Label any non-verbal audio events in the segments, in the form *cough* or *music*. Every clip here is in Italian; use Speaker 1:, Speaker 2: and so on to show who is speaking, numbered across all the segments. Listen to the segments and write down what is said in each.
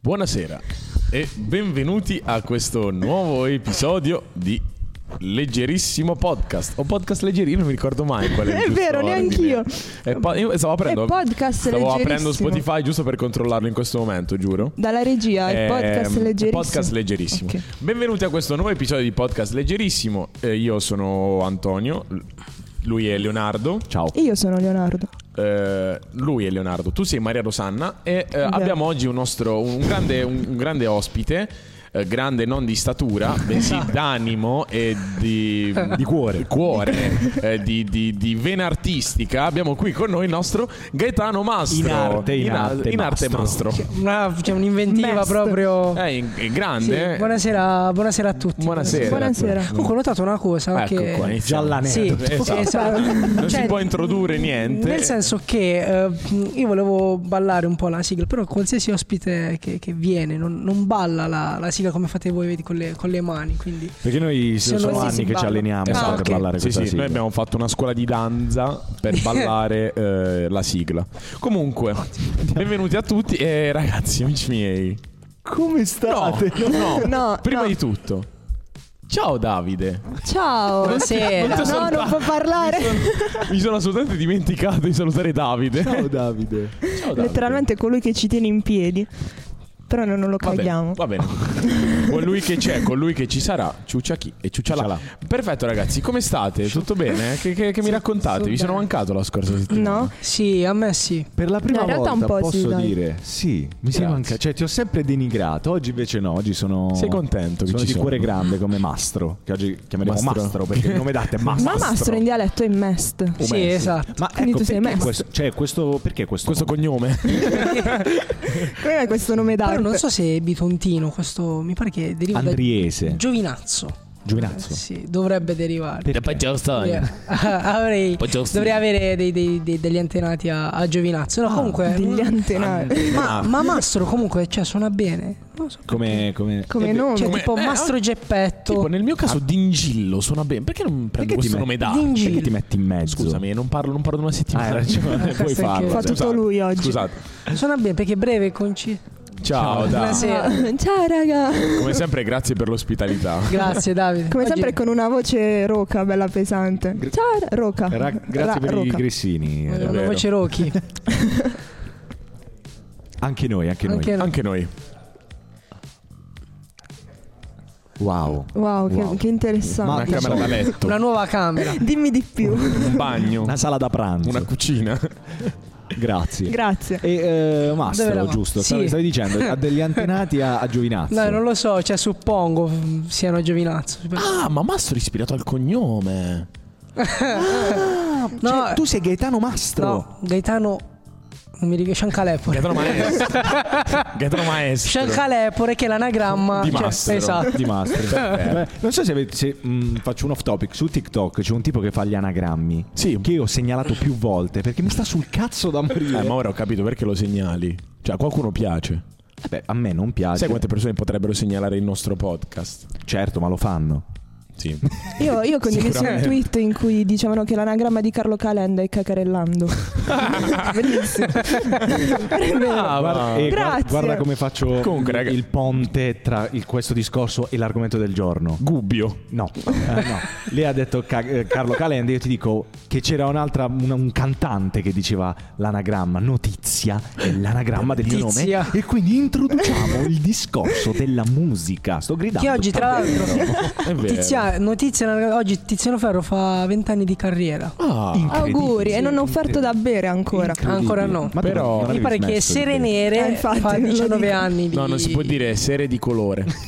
Speaker 1: Buonasera e benvenuti a questo nuovo episodio di Leggerissimo podcast o podcast leggerino, non mi ricordo mai
Speaker 2: *laughs*
Speaker 1: qual è. il
Speaker 2: È
Speaker 1: giusto
Speaker 2: vero,
Speaker 1: ordine.
Speaker 2: neanch'io.
Speaker 1: È po- io stavo aprendo,
Speaker 2: È podcast
Speaker 1: stavo aprendo
Speaker 2: leggerissimo.
Speaker 1: Spotify giusto per controllarlo in questo momento, giuro.
Speaker 2: Dalla regia, il
Speaker 1: Ehm,
Speaker 2: podcast leggerissimo.
Speaker 1: podcast leggerissimo.
Speaker 2: Ok.
Speaker 1: Benvenuti a questo nuovo episodio di podcast leggerissimo. Eh, io sono Antonio, l- lui è Leonardo. Ciao.
Speaker 2: Io sono Leonardo.
Speaker 1: Eh, lui è Leonardo, tu sei Maria Rosanna e eh, abbiamo oggi un nostro un grande, un- un grande ospite. eh, grande non di statura, bensì
Speaker 3: Esatto.
Speaker 1: d'animo e di, di cuore, eh, di, di- di vena artistica. Abbiamo qui con noi il nostro Gaetano Mastro.
Speaker 3: In arte, in
Speaker 1: a-
Speaker 3: arte
Speaker 1: in arte Mastro.
Speaker 3: C'è una- c'è un'inventiva
Speaker 2: Best.
Speaker 3: proprio.
Speaker 1: Eh, in- è
Speaker 3: Sì,
Speaker 1: grande. eh.
Speaker 3: buonasera, buonasera a tutti.
Speaker 1: Buonasera. Mm.
Speaker 2: Buonasera.
Speaker 3: Comunque, ho notato una cosa.
Speaker 1: Ecco
Speaker 3: che...
Speaker 1: qua, iniziamo.
Speaker 3: Sì,
Speaker 1: Esatto.
Speaker 3: sì, esatto.
Speaker 1: Non
Speaker 3: Cioè,
Speaker 1: si può introdurre niente.
Speaker 3: Nel senso che eh, io volevo ballare un po' la sigla, però qualsiasi ospite che, che viene non, non balla la, la sigla come fate voi vedi, con, le, con le mani. Quindi
Speaker 4: Perché noi
Speaker 3: Sono
Speaker 4: sono, sono
Speaker 3: così
Speaker 4: anni
Speaker 3: si
Speaker 4: che ci
Speaker 3: balla.
Speaker 4: alleniamo
Speaker 3: Ah,
Speaker 4: per
Speaker 3: ok.
Speaker 4: ballare
Speaker 1: Sì,
Speaker 4: questa
Speaker 1: sì,
Speaker 4: sigla.
Speaker 1: noi abbiamo fatto una scuola di danza
Speaker 2: *laughs*
Speaker 1: per ballare eh, la sigla. Comunque, benvenuti a tutti e ragazzi, amici miei.
Speaker 4: Come
Speaker 1: No,
Speaker 4: *laughs*
Speaker 1: no, *laughs*
Speaker 2: No,
Speaker 1: prima
Speaker 2: no.
Speaker 1: di tutto. Ciao
Speaker 4: *laughs*
Speaker 1: Davide.
Speaker 2: Ciao.
Speaker 3: Buonasera.
Speaker 2: No,
Speaker 1: sono-
Speaker 2: non può parlare.
Speaker 1: Mi sono assolutamente dimenticato di salutare Davide. Ciao
Speaker 4: Davide.
Speaker 1: Davide.
Speaker 2: Letteralmente colui che ci tiene in piedi. Però noi non lo
Speaker 1: Va bene,
Speaker 2: caghiamo.
Speaker 1: va bene. Con lui che c'è, con lui che ci sarà, ciuccia chi e ciuccia là. Perfetto ragazzi, come state? Tutto bene? Che, che- che mi raccontate? Vi sono mancato la scorsa settimana.
Speaker 2: No?
Speaker 3: sì, a me sì.
Speaker 4: Per la prima
Speaker 2: No, in realtà
Speaker 4: volta
Speaker 2: un po' sì,
Speaker 4: posso
Speaker 2: dai.
Speaker 4: dire sì, mi
Speaker 1: Grazie.
Speaker 4: sei manca, cioè ti ho sempre denigrato, oggi invece no, oggi sono
Speaker 1: Sei contento che
Speaker 4: sono
Speaker 1: ci
Speaker 4: di
Speaker 1: sono.
Speaker 4: cuore grande come Mastro, che oggi chiameremo
Speaker 1: Mastro.
Speaker 4: Mastro, perché il nome d'arte è
Speaker 2: Ma
Speaker 4: Mastro.
Speaker 2: mastro in dialetto è mest.
Speaker 3: Sì,
Speaker 4: Come-
Speaker 3: esatto.
Speaker 4: Ma
Speaker 2: Quindi
Speaker 4: ecco
Speaker 2: tu sei
Speaker 4: perché
Speaker 2: Mastro.
Speaker 4: questo, cioè questo perché questo,
Speaker 1: Questo
Speaker 4: nome?
Speaker 1: cognome.
Speaker 2: Come è questo nome
Speaker 3: Però
Speaker 2: d'arte?
Speaker 3: non so se è bitontino, questo mi pare che deriva da
Speaker 4: Andriese,
Speaker 3: Giovinazzo.
Speaker 4: Giovinazzo.
Speaker 3: Sì, dovrebbe derivare.
Speaker 4: Perché?
Speaker 3: Yeah. *laughs* Avrei- dovrei avere dei- dei- dei- degli antenati a, a Giovinazzo. No, comunque.
Speaker 2: Ah,
Speaker 3: eh,
Speaker 2: Degli antenati. Ah.
Speaker 3: ma, ma Mastro comunque cioè, suona bene. Non lo so.
Speaker 4: Come, come
Speaker 2: Come nome?
Speaker 3: Cioè,
Speaker 1: Come-
Speaker 3: tipo
Speaker 1: eh,
Speaker 3: Mastro Geppetto.
Speaker 1: Tipo, nel mio caso, Dingillo suona bene. Perché non prendo
Speaker 4: ti
Speaker 1: questo
Speaker 4: metti-
Speaker 1: nome d'arte?
Speaker 3: Dingillo.
Speaker 4: perché ti metti in mezzo?
Speaker 1: Scusami, non parlo, non parlo da una
Speaker 4: Ah,
Speaker 1: settimana. *laughs*
Speaker 4: hai
Speaker 1: cioè,
Speaker 4: ragione, puoi
Speaker 3: Questo è
Speaker 4: farlo.
Speaker 3: che-
Speaker 2: Fa tutto lui oggi.
Speaker 1: ah, esatto. Scusate.
Speaker 3: Suona bene perché è breve e conciso.
Speaker 1: Ciao,
Speaker 2: Ah,
Speaker 1: da.
Speaker 3: Buonasera.
Speaker 2: Ciao raga.
Speaker 1: Come sempre, grazie per l'ospitalità.
Speaker 3: Grazie, Davide.
Speaker 2: Come
Speaker 3: Oggi-
Speaker 2: sempre con una voce roca, bella pesante. Ciao ra- roca.
Speaker 4: Ra-
Speaker 2: Ra-
Speaker 4: grazie per i
Speaker 2: roca.
Speaker 4: grissini.
Speaker 3: con
Speaker 4: eh,
Speaker 3: una
Speaker 1: vero.
Speaker 2: *laughs*
Speaker 3: voce Rocky.
Speaker 4: Anche noi, anche noi.
Speaker 3: Anche noi.
Speaker 1: Anche noi.
Speaker 4: Wow.
Speaker 2: Wow, che,
Speaker 4: Wow.
Speaker 2: che
Speaker 1: Una
Speaker 2: interessante.
Speaker 4: Ma-
Speaker 1: camera da letto,
Speaker 3: Una nuova camera.
Speaker 2: Dimmi di più.
Speaker 1: un bagno,
Speaker 4: Una sala da pranzo.
Speaker 1: una cucina.
Speaker 4: Grazie.
Speaker 2: Grazie.
Speaker 4: e eh,
Speaker 3: Dove
Speaker 4: Mastro,
Speaker 3: eravamo?
Speaker 4: giusto?
Speaker 3: Sì.
Speaker 4: Stavi, stavi dicendo ha degli antenati a, a Giovinazzo.
Speaker 3: No, non lo so, cioè suppongo mm, siano Giovinazzo.
Speaker 1: Ah, ma Mastro è ispirato al cognome.
Speaker 3: No,
Speaker 4: Cioè, tu sei Gaetano Mastro.
Speaker 3: no, Gaetano. Non mi ricordo.
Speaker 2: Eh,
Speaker 3: Sciancalepore.
Speaker 1: Gaetano Maestro. Gaetano Maestro.
Speaker 3: Sciancalepore che è l'anagramma
Speaker 1: Di
Speaker 3: cioè,
Speaker 1: Mastro.
Speaker 3: esatto.
Speaker 4: Di Mastro. Eh, Beh, non so se, avete- se, mh, faccio un off topic su TikTok c'è un tipo che fa gli anagrammi
Speaker 1: Sì.
Speaker 4: che io ho segnalato più volte perché mi sta sul cazzo da morire.
Speaker 1: Eh, ma ora ho capito perché lo segnali. Cioè, a qualcuno piace.
Speaker 4: Beh, a me non piace.
Speaker 1: Sai quante persone potrebbero segnalare il nostro podcast?
Speaker 4: Certo, ma lo fanno.
Speaker 1: *laughs* Sì.
Speaker 2: Io, io ho condiviso un
Speaker 1: Sicuramente.
Speaker 2: tweet in cui dicevano che l'anagramma di Carlo Calenda è cacarellando. Bellissimo.
Speaker 1: Ah,
Speaker 4: Guarda, eh, guarda-
Speaker 2: Grazie.
Speaker 4: guarda come faccio
Speaker 1: Comunque, raga-
Speaker 4: il ponte tra il- questo discorso e l'argomento del giorno.
Speaker 1: Gubbio.
Speaker 3: *laughs*
Speaker 4: No, eh, no. lei ha detto Ca- eh, Carlo Calenda. Io ti dico che c'era un'altra, un, un cantante che diceva l'anagramma notizia è l'anagramma del mio
Speaker 3: Notizia.
Speaker 4: nome. E quindi introduciamo il discorso della musica. Sto gridando.
Speaker 3: Che oggi, tra l'altro,
Speaker 1: È vero.
Speaker 3: Tizia- notizia, oggi Tiziano Ferro fa 20 anni di carriera.
Speaker 1: Ah.
Speaker 4: Incredibile.
Speaker 2: Auguri. E non ho offerto da bere ancora.
Speaker 4: Incredibile.
Speaker 3: Ancora no.
Speaker 4: tu
Speaker 1: Però-
Speaker 4: non
Speaker 3: Mi
Speaker 4: avevi
Speaker 3: pare che
Speaker 4: smesso di
Speaker 3: Sere
Speaker 4: bere.
Speaker 3: Nere
Speaker 2: Eh, infatti,
Speaker 3: fa
Speaker 2: non lo
Speaker 3: 19
Speaker 2: dico.
Speaker 3: anni di...
Speaker 1: No, non si può dire sere di colore. *laughs*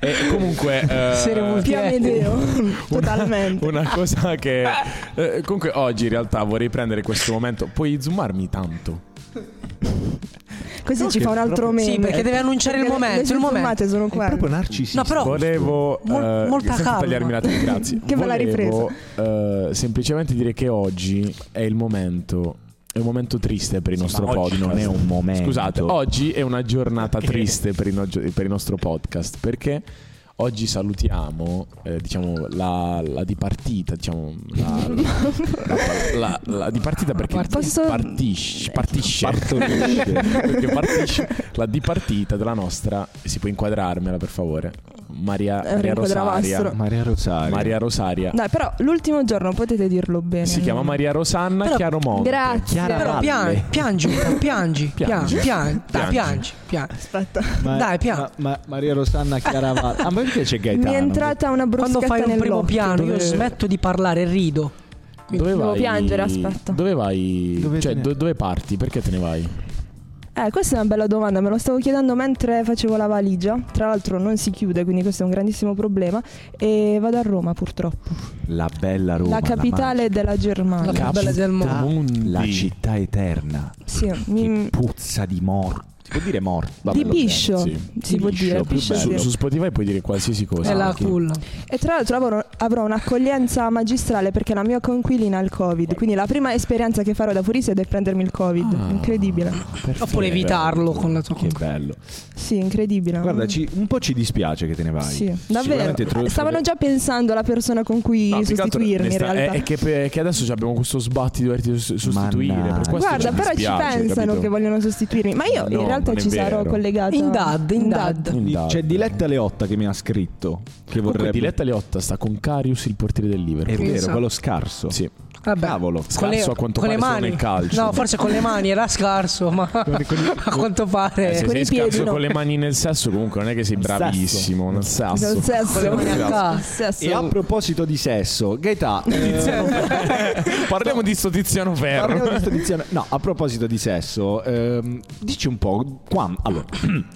Speaker 1: e comunque eh,
Speaker 3: Sere multi-
Speaker 2: Più Amedeo. *laughs* Totalmente.
Speaker 1: una cosa che eh, comunque oggi in realtà vorrei prendere questo momento. Puoi zoomarmi tanto?
Speaker 2: Così ci fa un altro meme.
Speaker 3: Sì, perché deve annunciare il
Speaker 2: Perché le-
Speaker 3: momento,
Speaker 2: Le
Speaker 3: il
Speaker 2: sue
Speaker 3: momento.
Speaker 2: formate sono
Speaker 4: È
Speaker 2: quelle.
Speaker 4: proprio narcisista.
Speaker 3: No, però-
Speaker 1: Volevo
Speaker 3: Oh, Mol-
Speaker 1: eh,
Speaker 3: molta
Speaker 1: senza
Speaker 3: calma.
Speaker 1: tagliarmi la testa,
Speaker 3: *laughs*
Speaker 1: grazie.
Speaker 2: Che bella
Speaker 1: Volevo, eh, semplicemente dire che oggi è il momento è un momento triste per il nostro
Speaker 4: ma oggi
Speaker 1: podcast.
Speaker 4: non è un momento.
Speaker 1: Scusate, oggi è una giornata triste per il, no- per il nostro podcast perché Oggi salutiamo eh, diciamo, la, la dipartita, diciamo, la, la, la- la dipartita
Speaker 3: *laughs*
Speaker 1: perché
Speaker 2: Part- posso-
Speaker 1: partisce, partisce, perché partisce la dipartita della nostra, si può inquadrarmela per favore, Maria,
Speaker 2: Eh,
Speaker 1: Maria
Speaker 2: rinquadravassero.
Speaker 1: Rosaria.
Speaker 4: Maria Rosario.
Speaker 1: Maria Rosaria.
Speaker 2: Dai, però l'ultimo giorno potete dirlo bene.
Speaker 1: Si chiama Maria Rosanna
Speaker 3: Però-
Speaker 1: Chiaromonte.
Speaker 5: Grazie.
Speaker 4: Chiara-
Speaker 3: Però
Speaker 4: Valle.
Speaker 3: pian- piangi, un po', piangi, piangi, piangi, dai, piangi, piangi.
Speaker 2: Aspetta.
Speaker 4: Ma-
Speaker 3: Dai, piano.
Speaker 4: ma- ma- Maria Rosanna Chiaravalle. Ah, ma perché c'è Gaetano?
Speaker 2: Mi è entrata una bruschetta
Speaker 3: Quando fai un primo
Speaker 2: nell'occhio.
Speaker 3: piano, io
Speaker 1: Dove-
Speaker 3: smetto di parlare e rido.
Speaker 1: Dove
Speaker 5: Devo
Speaker 1: vai?
Speaker 5: piangere, aspetta.
Speaker 1: Dove vai?
Speaker 4: Dove
Speaker 1: cioè,
Speaker 4: te ne-
Speaker 1: do- dove parti? Perché te ne vai?
Speaker 2: Eh, questa è una bella domanda, me lo stavo chiedendo mentre facevo la valigia. Tra l'altro non si chiude, quindi questo è un grandissimo problema. E vado a Roma purtroppo.
Speaker 4: La bella Roma.
Speaker 2: la capitale della Germania.
Speaker 3: La più bella del
Speaker 4: magica-
Speaker 3: mondo.
Speaker 1: mondo.
Speaker 4: La città eterna.
Speaker 2: Sì,
Speaker 4: Che
Speaker 2: mi-
Speaker 4: puzza di morte. Si può dire morte.
Speaker 1: Vabbè,
Speaker 2: di
Speaker 1: va bene,
Speaker 2: Biscio,
Speaker 1: sì.
Speaker 2: si può dire.
Speaker 4: più
Speaker 2: Biscio,
Speaker 1: Cioè, Su,
Speaker 2: sì.
Speaker 1: su Spotify puoi dire qualsiasi cosa.
Speaker 3: È la
Speaker 1: anche.
Speaker 3: culla.
Speaker 2: E tra l'altro avrò, avrò un'accoglienza magistrale perché la mia conquilina ha il Covid. Quindi la prima esperienza che farò da fuorista è di prendermi il Covid.
Speaker 1: Ah.
Speaker 2: Incredibile.
Speaker 1: Perfetto.
Speaker 3: Oppure evitarlo con la tua
Speaker 4: Che bello.
Speaker 2: Sì, incredibile.
Speaker 4: Guarda, ci- un po' ci dispiace che te ne vai.
Speaker 2: Mm. Sì, davvero.
Speaker 4: Sicuramente tro-
Speaker 2: Stavano già pensando alla persona con cui
Speaker 1: No, più che altro
Speaker 2: sostituirmi
Speaker 1: ne
Speaker 2: in
Speaker 1: sta- eh,
Speaker 2: realtà.
Speaker 1: È, è che, pe- che adesso ci abbiamo questo sbatti di doverti sus- sostituire. per
Speaker 4: Mannaggia.
Speaker 1: questo
Speaker 2: Guarda, però
Speaker 1: dispiace,
Speaker 2: ci pensano
Speaker 1: capito?
Speaker 2: che vogliono sostituirmi, ma io
Speaker 1: No,
Speaker 2: in realtà
Speaker 1: non è
Speaker 2: ci sarò
Speaker 1: vero.
Speaker 2: collegata.
Speaker 3: In dad, in dad.
Speaker 1: Quindi
Speaker 4: Quindi C'è Diletta Leotta che mi ha scritto. Che
Speaker 1: Comunque,
Speaker 4: vorrebbe.
Speaker 1: Diletta Leotta sta con Carius, il portiere del
Speaker 4: È
Speaker 1: Liverpool.
Speaker 4: vero,
Speaker 3: Esatto.
Speaker 4: quello scarso.
Speaker 1: Sì.
Speaker 3: Vabbè.
Speaker 4: Cavolo.
Speaker 1: Scarso a quanto pare solo nel calcio.
Speaker 3: No, forse con le mani era scarso, ma *laughs* a quanto
Speaker 1: Eh,
Speaker 3: pare Cioè,
Speaker 1: se
Speaker 2: con
Speaker 1: sei
Speaker 2: i piedi,
Speaker 1: scarso
Speaker 2: no.
Speaker 1: con le mani nel sesso, comunque non è che sei
Speaker 4: Un sasso.
Speaker 1: bravissimo. Nel sasso.
Speaker 2: Nel sesso.
Speaker 3: Con le mani a casa.
Speaker 2: Sesso.
Speaker 4: E a proposito di sesso, *laughs* Gaetà, eh,
Speaker 1: Parliamo di sto Tiziano Ferro.
Speaker 4: Parliamo di
Speaker 3: *laughs*
Speaker 4: sto Tiziano- No, a proposito di sesso, ehm, dici un po' quan-
Speaker 3: *clears throat*
Speaker 4: allora,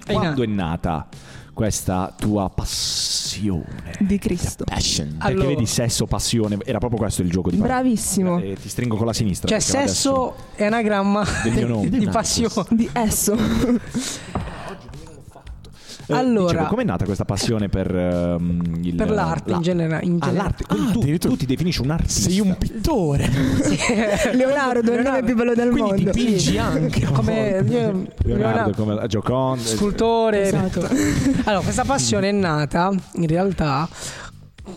Speaker 4: quando è nata questa tua passione? Cioè,
Speaker 2: Di Cristo.
Speaker 1: Passion.
Speaker 4: Perché
Speaker 3: Allora.
Speaker 4: vedi sesso, passione, era proprio questo il gioco di parole.
Speaker 2: Bravissimo.
Speaker 4: Eh, ti stringo con la sinistra.
Speaker 3: Cioè,
Speaker 4: perché adesso-
Speaker 3: sesso è anagramma
Speaker 4: Del mio nome.
Speaker 3: *laughs* di passione.
Speaker 2: Di
Speaker 1: *laughs*
Speaker 2: esso.
Speaker 4: Eh,
Speaker 3: Allora.
Speaker 4: dicevo, com'è nata questa passione per, ehm, il-
Speaker 3: Per l'arte
Speaker 4: la-
Speaker 3: in, genera- in
Speaker 4: Ah,
Speaker 3: generale.
Speaker 4: l'arte. Quindi tu,
Speaker 1: addirittura-
Speaker 4: tu ti definisci un artista.
Speaker 1: Sei un pittore.
Speaker 2: Leonardo, il nome
Speaker 3: Leonardo.
Speaker 2: più bello del
Speaker 1: Quindi
Speaker 2: mondo.
Speaker 1: dipingi anche.
Speaker 3: Come io-
Speaker 4: Leonardo,
Speaker 3: Leonardo,
Speaker 4: come la Gioconda. eh,
Speaker 3: scultore.
Speaker 2: Esatto.
Speaker 3: Allora, questa passione è nata, in realtà,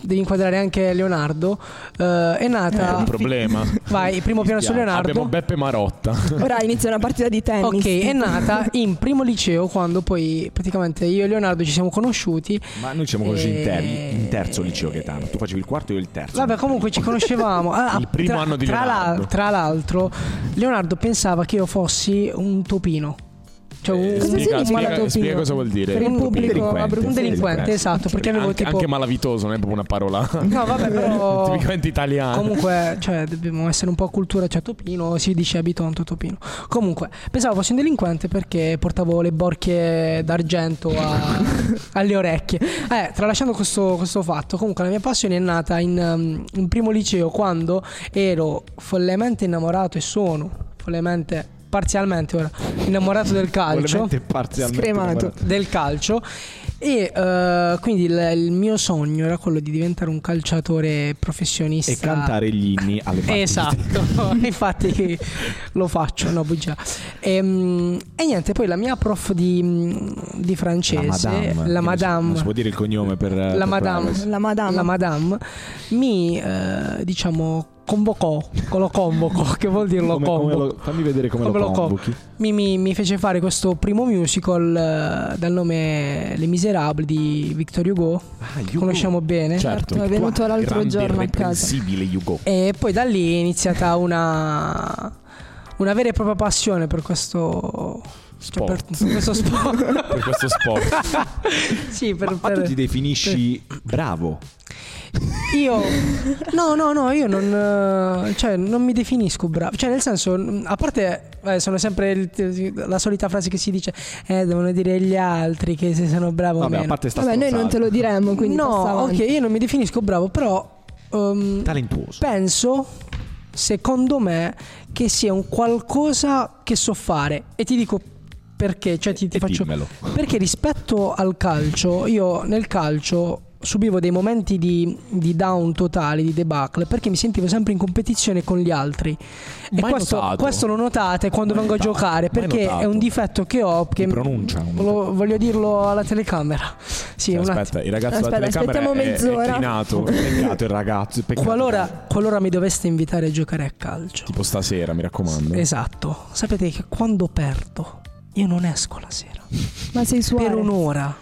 Speaker 3: devi inquadrare anche Leonardo, eh, è
Speaker 1: È
Speaker 3: nata...
Speaker 1: un
Speaker 2: *laughs*
Speaker 1: problema.
Speaker 3: Vai, primo piano su Leonardo.
Speaker 1: Abbiamo Beppe Marotta.
Speaker 2: Ora inizia una partita di tennis.
Speaker 3: Ok, è nata in primo liceo quando poi praticamente io e Leonardo ci siamo conosciuti.
Speaker 4: Ma noi ci siamo conosciuti in, ter-
Speaker 3: Eh.
Speaker 4: in terzo liceo Gaetano. Tu facevi il quarto e io il terzo.
Speaker 3: Vabbè, comunque ci conoscevamo. Ah,
Speaker 1: Il primo anno di
Speaker 3: tra l'al-
Speaker 1: Leonardo.
Speaker 3: tra l'altro, Leonardo pensava che io fossi un topino. Cioè, un,
Speaker 2: Cosa
Speaker 1: spiega,
Speaker 2: significa
Speaker 1: spiega,
Speaker 2: malatopino?
Speaker 1: spiega cosa vuol dire.
Speaker 2: Per il
Speaker 3: Un
Speaker 2: pubblico
Speaker 4: delinquente.
Speaker 2: a
Speaker 3: un
Speaker 2: Brugno.
Speaker 3: delinquente,
Speaker 4: Sì.
Speaker 3: esatto. Perché avevo
Speaker 1: anche,
Speaker 3: tipo.
Speaker 1: anche malavitoso non è proprio una parola
Speaker 3: No, vabbè, però.
Speaker 1: *laughs* tipicamente italiana.
Speaker 3: Comunque, cioè, dobbiamo essere un po' a cultura, cioè Topino, si dice abitonto Topino. Comunque, pensavo fossi un delinquente perché portavo le borchie d'argento a- alle orecchie. Eh, tralasciando questo, questo fatto, comunque la mia passione è nata in, um, in primo liceo quando ero follemente innamorato e sono follemente, parzialmente ora, innamorato del calcio
Speaker 4: Volevamente parzialmente
Speaker 2: Scremato.
Speaker 4: innamorato.
Speaker 3: del calcio e eh, quindi il, il mio sogno era quello di diventare un calciatore professionista
Speaker 4: E cantare gli inni alle partite. *laughs*
Speaker 3: Esatto, infatti lo faccio, no bugia. Ehm, E, niente, poi la mia prof di, di
Speaker 4: La
Speaker 3: francese,
Speaker 4: madame.
Speaker 3: la
Speaker 4: Non si-
Speaker 3: madame,
Speaker 4: Non si può dire il cognome per eh,
Speaker 3: la
Speaker 4: per
Speaker 3: madame,
Speaker 4: privacy.
Speaker 2: La madama.
Speaker 3: la madame, mi eh, diciamo convocò, con lo convoco, che vuol dire lo
Speaker 4: Come- come
Speaker 3: convoco?
Speaker 4: lo- fammi vedere come,
Speaker 3: Come
Speaker 4: lo,
Speaker 3: lo
Speaker 4: convochi.
Speaker 3: Mi, mi- mi fece fare questo primo musical eh, dal nome Les Miserables di Victor Hugo,
Speaker 4: Ah,
Speaker 3: che conosciamo bene.
Speaker 4: Cioè.
Speaker 1: certo,
Speaker 2: Certo, è venuto l'altro
Speaker 1: grande
Speaker 2: giorno a casa.
Speaker 1: irreprensibile Hugo.
Speaker 3: E poi da lì è iniziata una, una vera e propria passione per questo cioè, per
Speaker 1: Sport.
Speaker 3: questo sport.
Speaker 4: *laughs*
Speaker 1: Per questo
Speaker 2: *laughs*
Speaker 1: sport.
Speaker 3: sì, per,
Speaker 4: Ma tu
Speaker 3: per-
Speaker 4: ti definisci bravo.
Speaker 2: *laughs*
Speaker 3: io No, no, no, io non eh, cioè non mi definisco bravo, cioè nel senso mm, a parte eh, sono sempre il- la solita frase che si dice eh devono dire gli altri che se sono bravo o
Speaker 4: Vabbè, a
Speaker 3: meno.
Speaker 4: parte sta
Speaker 2: Vabbè, noi non te
Speaker 4: stronzata.
Speaker 2: lo diremmo, quindi
Speaker 3: no,
Speaker 2: passa avanti.
Speaker 3: ok, io non mi definisco bravo, però ehm,
Speaker 4: Talentuoso.
Speaker 3: penso, secondo me, che sia un qualcosa che so fare. E ti dico perché, cioè ti, ti
Speaker 4: E
Speaker 3: faccio...
Speaker 4: dimmelo.
Speaker 3: Perché rispetto al calcio, io nel calcio subivo dei momenti di, di down totale, di debacle, perché mi sentivo sempre in competizione con gli altri. e
Speaker 1: Mai
Speaker 3: questo,
Speaker 1: notato.
Speaker 3: questo lo notate quando
Speaker 1: Mai
Speaker 3: vengo a
Speaker 1: notato.
Speaker 3: giocare,
Speaker 1: Mai
Speaker 3: perché è
Speaker 1: notato.
Speaker 3: un difetto che ho. Che
Speaker 4: Di pronuncia, un
Speaker 3: lo- voglio dirlo alla telecamera. Sì, un attimo.
Speaker 1: Cioè, Aspetta, il ragazzo della
Speaker 2: Aspetta,
Speaker 1: telecamera
Speaker 2: aspettiamo
Speaker 1: è, è
Speaker 2: mezz'ora.
Speaker 1: chinato.
Speaker 4: Peccato il ragazzo. Peccato.
Speaker 3: Qualora, qualora mi doveste invitare a giocare a calcio,
Speaker 1: tipo stasera, mi raccomando.
Speaker 3: esatto, sapete che quando perdo io non esco la sera.
Speaker 2: Ma sei
Speaker 3: Per
Speaker 2: suono.
Speaker 3: un'ora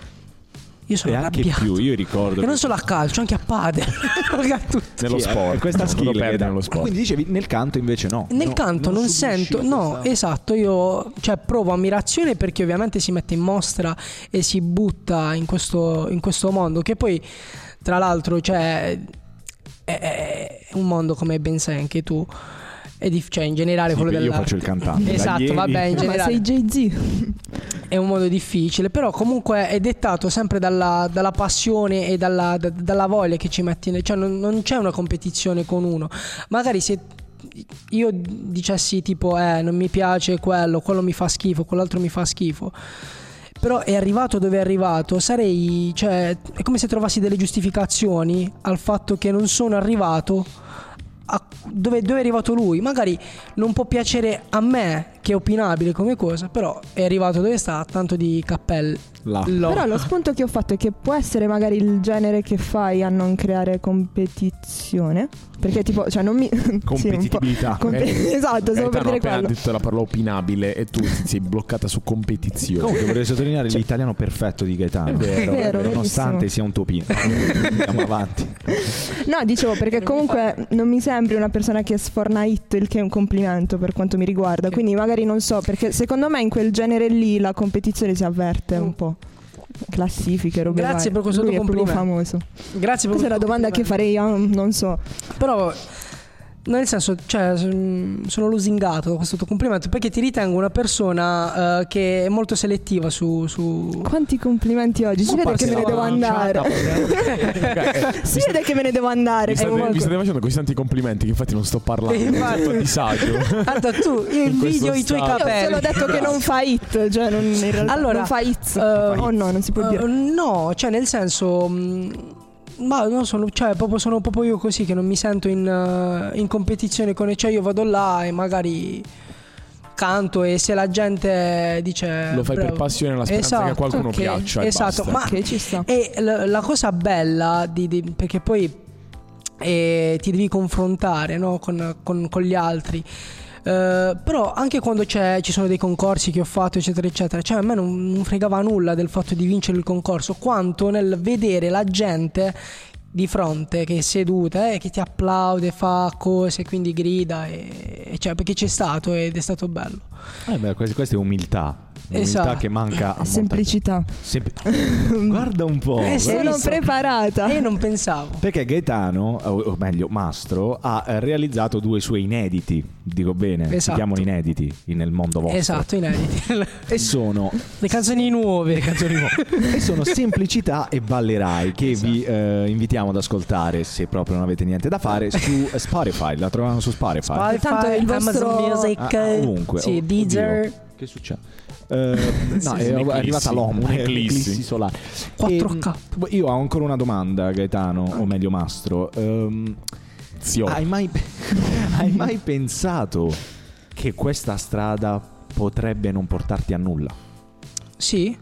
Speaker 3: io sono
Speaker 4: E anche
Speaker 3: arrabbiato.
Speaker 4: più, io ricordo.
Speaker 3: E non solo a calcio, anche a padel.
Speaker 4: *laughs*
Speaker 3: *laughs* Anche a tutto.
Speaker 1: Nello
Speaker 4: Sì, eh,
Speaker 1: sport.
Speaker 4: Questa
Speaker 1: no, non
Speaker 4: skill
Speaker 1: lo
Speaker 4: che
Speaker 1: perdi
Speaker 4: dà.
Speaker 1: nello
Speaker 4: Ah,
Speaker 1: sport.
Speaker 4: Quindi dicevi nel canto invece no.
Speaker 3: Nel
Speaker 4: No,
Speaker 3: canto non,
Speaker 4: subisci
Speaker 3: sento, no,
Speaker 4: questa-
Speaker 3: esatto, io cioè, provo ammirazione perché ovviamente si mette in mostra e si butta in questo, in questo mondo che poi tra l'altro cioè, è, è- è un mondo come ben sai anche tu, è dif- cioè in generale
Speaker 4: Sì,
Speaker 3: quello
Speaker 4: io
Speaker 3: dell'arte.
Speaker 4: faccio il cantante.
Speaker 3: Esatto,
Speaker 4: Dai,
Speaker 3: vabbè, in
Speaker 2: No, ma
Speaker 3: generale
Speaker 2: sei Jay-Z.
Speaker 3: è un modo difficile, però comunque è dettato sempre dalla, dalla passione e dalla, da- dalla voglia che ci metti, nel- cioè non, non c'è una competizione con uno. Magari se io dicessi tipo eh non mi piace quello, quello mi fa schifo, quell'altro mi fa schifo. Però è arrivato dove è arrivato, sarei, cioè, è come se trovassi delle giustificazioni al fatto che non sono arrivato a dove, dove è arrivato lui. Magari non può piacere a me, che è opinabile come cosa, però è arrivato dove sta, tanto di cappello.
Speaker 4: Là.
Speaker 2: Però lo spunto che ho fatto è che può essere magari il genere che fai a non creare competizione. Perché tipo, cioè non mi... sì, un
Speaker 1: Ah,
Speaker 2: po'.
Speaker 4: Competitività.
Speaker 2: *laughs* Compe- esatto, stavo
Speaker 1: Gaetano
Speaker 2: per dire
Speaker 1: appena
Speaker 2: quello.
Speaker 1: ha detto la parola opinabile e tu ti sei bloccata su competizione.
Speaker 4: Comunque vorrei sottolineare l'italiano perfetto di Gaetano.
Speaker 1: È vero. È
Speaker 2: vero,
Speaker 4: nonostante
Speaker 2: verissimo.
Speaker 4: sia un topino. Andiamo avanti.
Speaker 2: No, dicevo perché
Speaker 3: *laughs* Non mi
Speaker 2: comunque non mi sembri una persona che sforna hit, il che è un complimento per quanto mi riguarda. Quindi magari non so, perché secondo me in quel genere lì la competizione si avverte un po'. Classifiche, robe
Speaker 3: Oh.
Speaker 2: varie.
Speaker 3: Grazie per questo
Speaker 2: Lui
Speaker 3: tuo
Speaker 2: è proprio
Speaker 3: complimento.
Speaker 2: famoso.
Speaker 3: Grazie per
Speaker 2: Questa è la domanda che farei a un- non so.
Speaker 3: Però, nel senso, cioè, son- sono lusingato da questo tuo complimento perché ti ritengo una persona eh, che è molto selettiva su. su...
Speaker 2: Quanti complimenti oggi? Si vede che me ne devo andare. Si vede che me ne devo andare.
Speaker 1: Mi state,
Speaker 2: comunque.
Speaker 1: mi state facendo così tanti complimenti che infatti non sto parlando, mi
Speaker 3: *laughs*
Speaker 1: *laughs*
Speaker 3: Infatti.
Speaker 1: sento a
Speaker 3: *laughs*
Speaker 1: disagio.
Speaker 3: Tanto tu, io
Speaker 1: In questo
Speaker 3: invidio i
Speaker 1: stato.
Speaker 3: tuoi
Speaker 2: Io ho
Speaker 3: *laughs* capelli.
Speaker 2: solo detto che non fa hit, cioè non, in realtà
Speaker 3: Allora,
Speaker 2: non fa hits.
Speaker 3: eh,
Speaker 2: oh no, non si può dire.
Speaker 3: Eh, no, cioè nel senso... mh, Ma non sono, cioè, proprio, sono proprio io così che non mi sento in, eh, in competizione con... Cioè io vado là e magari canto e se la gente dice...
Speaker 1: Lo fai per
Speaker 3: "Bravo".
Speaker 1: passione e la speranza
Speaker 3: Esatto,
Speaker 1: che a qualcuno
Speaker 2: ok,
Speaker 1: piaccia. e
Speaker 3: esatto,
Speaker 1: basta.
Speaker 3: ma-
Speaker 2: Ok, ci sta.
Speaker 3: E l- la cosa bella, di- di- perché poi eh, ti devi confrontare no, con, con- con gli altri. Eh, però anche quando c'è- ci sono dei concorsi che ho fatto eccetera eccetera cioè a me non, non fregava nulla del fatto di vincere il concorso quanto nel vedere la gente di fronte che è seduta e che ti applaude fa cose quindi grida e, e cioè, perché c'è stato ed è stato bello
Speaker 4: Eh beh, questa, questa è umiltà. Umiltà
Speaker 3: Esatto.
Speaker 4: che manca a molta
Speaker 2: Semplicità.
Speaker 4: gente. Sempli- Guarda un po'.
Speaker 3: Eh, sì.
Speaker 2: Sono
Speaker 3: visto?
Speaker 2: preparata.
Speaker 3: e io non *laughs* pensavo
Speaker 4: Perché Gaetano, o o meglio Mastro, ha eh, realizzato due suoi inediti, dico bene, si
Speaker 3: Esatto.
Speaker 4: chiamano inediti in- nel mondo vostro.
Speaker 3: esatto *laughs* inediti
Speaker 4: E sono,
Speaker 3: le canzoni nuove
Speaker 4: e sono Semplicità e Ballerai, che
Speaker 3: Esatto.
Speaker 4: vi eh, invitiamo ad ascoltare se proprio non avete niente da fare su eh, Spotify, la trovano su Spotify.
Speaker 3: Spotify,
Speaker 2: Tanto il vostro-
Speaker 3: Amazon Music,
Speaker 4: Ah, ah, ovunque.
Speaker 3: sì,
Speaker 4: Oh,
Speaker 3: Deezer.
Speaker 4: oddio, Che succede? Eh, no,
Speaker 1: sì,
Speaker 4: è
Speaker 1: un'eclissi,
Speaker 4: arrivata l'ombra,
Speaker 1: un'eclissi.
Speaker 4: un'eclissi solare.
Speaker 3: 4K.
Speaker 4: E, mh, Ehm, boh, io ho ancora una domanda, Gaetano, o meglio Mastro. Ehm,
Speaker 1: Zio.
Speaker 4: hai, mai, *laughs* hai *laughs* mai pensato che questa strada potrebbe non portarti a nulla?
Speaker 3: Sì.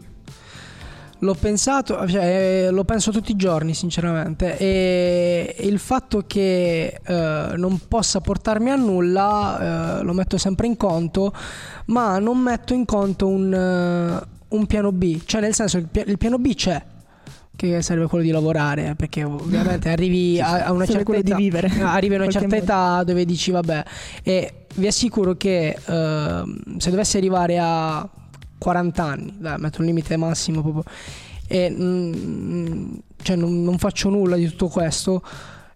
Speaker 3: L'ho pensato, cioè, eh, lo penso tutti i giorni sinceramente e il fatto che eh, non possa portarmi a nulla eh, lo metto sempre in conto, ma non metto in conto un, eh, un piano B, cioè nel senso il, pia- il piano B c'è, che sarebbe quello di lavorare, eh, perché ovviamente arrivi a, a una
Speaker 2: Sarebbe
Speaker 3: certa
Speaker 2: quello di
Speaker 3: età,
Speaker 2: vivere,
Speaker 3: Ah, arrivi a una
Speaker 2: in
Speaker 3: certa
Speaker 2: qualche
Speaker 3: età dove dici vabbè e vi assicuro che ehm, se dovessi arrivare a 40 anni dai, metto un limite massimo proprio e mm, cioè, non, non faccio nulla di tutto questo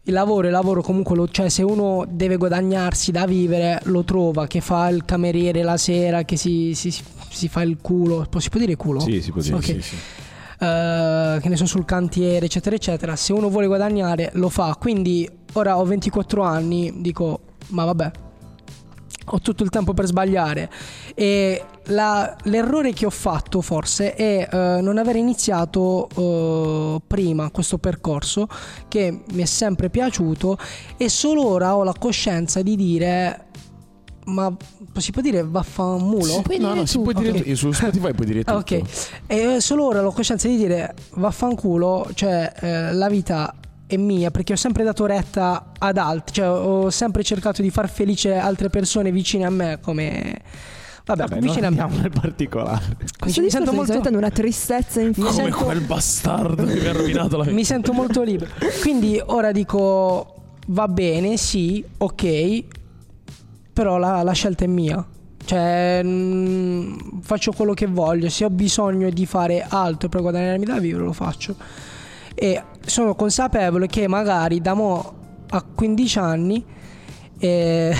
Speaker 3: il lavoro, il lavoro comunque, lo- cioè se uno deve guadagnarsi da vivere lo trova, che fa il cameriere la sera, che si, si- si fa il culo, si può dire culo?
Speaker 4: si può
Speaker 3: dire, Ok. sì, eh, che ne so, sul cantiere, eccetera, eccetera. Se uno vuole guadagnare, lo fa. Quindi ora ho 24 anni, dico, ma vabbè. ho tutto il tempo per sbagliare e la- l'errore che ho fatto forse è eh, non aver iniziato eh, prima questo percorso che mi è sempre piaciuto e solo ora ho la coscienza di dire ma si può dire vaffanculo?
Speaker 1: no, no, si può dire
Speaker 3: Ok.
Speaker 1: tu. Io su Spotify puoi dire tutto.
Speaker 3: Ah, Ok, e solo ora ho coscienza di dire vaffanculo, cioè eh, la vita è mia perché ho sempre dato retta ad altri, cioè ho sempre cercato di far felice altre persone vicine a me come... Vabbè,
Speaker 4: Vabbè, non
Speaker 3: vicine a me.
Speaker 4: andiamo nel particolare.
Speaker 2: Questo
Speaker 3: mi
Speaker 2: discorso
Speaker 3: sento
Speaker 2: mi
Speaker 3: molto-
Speaker 2: sta mettendo una tristezza in
Speaker 1: Come
Speaker 3: sento-
Speaker 1: quel bastardo che mi ha rovinato la vita.
Speaker 3: Mi sento molto libero. Quindi ora dico va bene, sì, ok, però la, la scelta è mia. Cioè, mh, faccio quello che voglio. Se ho bisogno di fare altro per guadagnarmi da vivere, lo faccio. E sono consapevole che magari da mo a 15 anni. eh,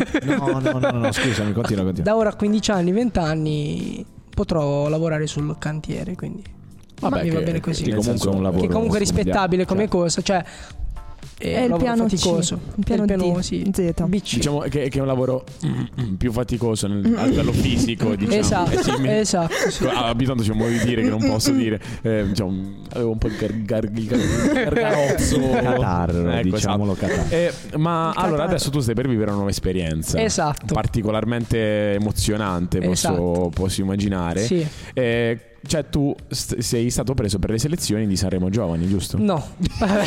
Speaker 4: *laughs* No, no, no, no, no, scusami, continua, *laughs* continua.
Speaker 3: *laughs* da ora a 15 anni, 20 anni potrò lavorare sul cantiere, quindi
Speaker 1: Vabbè,
Speaker 3: mi va
Speaker 1: che-
Speaker 3: bene così.
Speaker 1: che
Speaker 4: Nel senso,
Speaker 1: comunque è un
Speaker 4: che
Speaker 1: lavoro.
Speaker 3: che comunque è
Speaker 4: secondiamo,
Speaker 3: rispettabile come
Speaker 4: cioè.
Speaker 3: cosa, cioè è,
Speaker 2: È il
Speaker 3: lavoro
Speaker 2: piano C,
Speaker 3: faticoso,
Speaker 2: il piano
Speaker 3: È il piano
Speaker 2: D,
Speaker 3: sì.
Speaker 2: Z.
Speaker 3: BC.
Speaker 1: Diciamo che, che è un lavoro *clears throat* più faticoso nel, a livello fisico, diciamo.
Speaker 3: Esatto,
Speaker 1: Eh sì, mi-
Speaker 3: esatto. sì.
Speaker 1: Ah, abitando c'è un modo di dire che non posso dire. Eh, diciamo, avevo un po' di gar- gar- il gar- gargarozzo.
Speaker 4: Oh, Qatar,
Speaker 1: Ecco,
Speaker 4: diciamolo *laughs* Qatar.
Speaker 1: Eh, ma
Speaker 2: Qatar.
Speaker 1: allora adesso tu stai per vivere una nuova esperienza.
Speaker 3: Esatto.
Speaker 1: Particolarmente emozionante, posso,
Speaker 3: Esatto.
Speaker 1: posso immaginare.
Speaker 3: Sì.
Speaker 1: Eh, cioè, tu st- sei stato preso per le selezioni di Sanremo Giovani, giusto?
Speaker 3: No, Vabbè,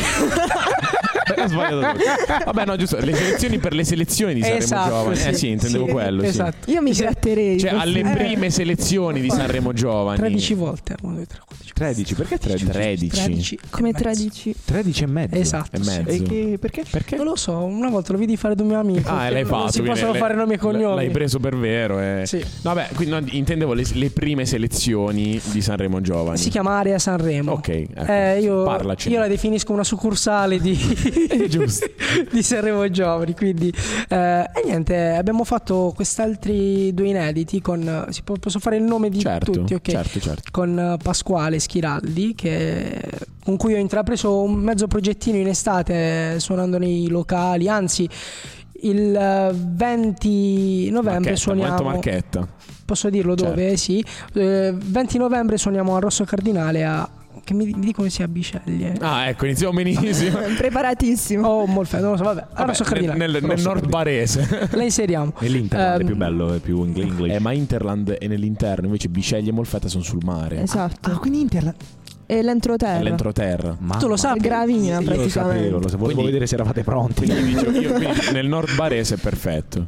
Speaker 1: Eh, Ho sbagliato. tutto. Ah, Vabbè, no, giusto. Le selezioni per le selezioni di Sanremo
Speaker 3: *laughs* esatto,
Speaker 1: Giovani.
Speaker 3: sì.
Speaker 1: Eh, sì, intendevo
Speaker 3: Sì,
Speaker 1: quello. sì.
Speaker 3: Esatto.
Speaker 2: Io mi
Speaker 3: Sì, Eh.
Speaker 2: gratterei.
Speaker 1: Cioè,
Speaker 2: così.
Speaker 1: alle prime selezioni di Sanremo Giovani.
Speaker 3: 13 volte, 1 2 3 14.
Speaker 4: 13, perché 13?
Speaker 1: 13.
Speaker 3: 13
Speaker 2: Come
Speaker 3: e mezzo.
Speaker 2: 13.
Speaker 4: 13 e mezzo.
Speaker 3: Esatto.
Speaker 1: E
Speaker 3: sì.
Speaker 1: mezzo.
Speaker 4: E che, perché?
Speaker 1: Perché?
Speaker 3: Non lo so, una volta lo vidi fare da un mio amico.
Speaker 1: Ah,
Speaker 3: che
Speaker 1: l'hai
Speaker 3: non
Speaker 1: fatto.
Speaker 3: Si
Speaker 1: quindi
Speaker 3: possono
Speaker 1: le-
Speaker 3: fare nomi e
Speaker 1: le-
Speaker 3: cognomi.
Speaker 1: L'hai preso per vero. Eh.
Speaker 3: Sì.
Speaker 1: No, Vabbè, quindi no, intendevo le, le prime selezioni di Sanremo Giovani.
Speaker 3: Si chiama Area Sanremo.
Speaker 1: Ok, ecco.
Speaker 3: Eh, io,
Speaker 1: Parlaci.
Speaker 3: io la definisco una succursale di,
Speaker 1: *laughs* Giusto.
Speaker 3: di Sanremo Giovani. Quindi, eh, e niente, abbiamo fatto quest'altri due inediti. Con, si può- posso fare il nome di
Speaker 1: Certo,
Speaker 3: tutti? ok?
Speaker 1: certo, certo.
Speaker 3: Con eh, Pasquale Schiraldi, che- con cui ho intrapreso un mezzo progettino in estate eh, suonando nei locali. Anzi, il eh, 20 novembre
Speaker 1: Marchetta,
Speaker 3: suoniamo.
Speaker 1: Momento Marchetta.
Speaker 3: Posso dirlo
Speaker 1: Certo.
Speaker 3: dove? Sì. Eh, 20 novembre suoniamo a Rosso Cardinale a... Che mi, mi dicono sia Biceglie.
Speaker 1: Ah, ecco, iniziamo
Speaker 3: *laughs*
Speaker 1: benissimo.
Speaker 2: eh, Preparatissimo.
Speaker 3: Oh, Molfe, non lo so, vabbè. a
Speaker 1: Ah. Vabbè,
Speaker 3: Rosso Cardinale.
Speaker 1: nel, nel, nel nord barese. *laughs*
Speaker 3: La inseriamo.
Speaker 4: E l'Interland è
Speaker 3: Ehm,
Speaker 4: più bello, è più ing- English.
Speaker 1: Eh, ma Interland è nell'interno, invece Biceglie e Molfetta sono sul
Speaker 3: Eh,
Speaker 1: mare.
Speaker 2: Esatto.
Speaker 4: ah, quindi Interland...
Speaker 2: E l'entroterra.
Speaker 1: All'entroterra.
Speaker 4: Ma
Speaker 3: Tu lo sai?
Speaker 2: Il Gravina
Speaker 4: Io lo
Speaker 2: praticamente.
Speaker 4: sapevo, lo sapevo. Volevo
Speaker 1: Quindi-
Speaker 4: vedere se eravate pronti.
Speaker 1: Quindi dicevo io, quindi nel nord barese è perfetto.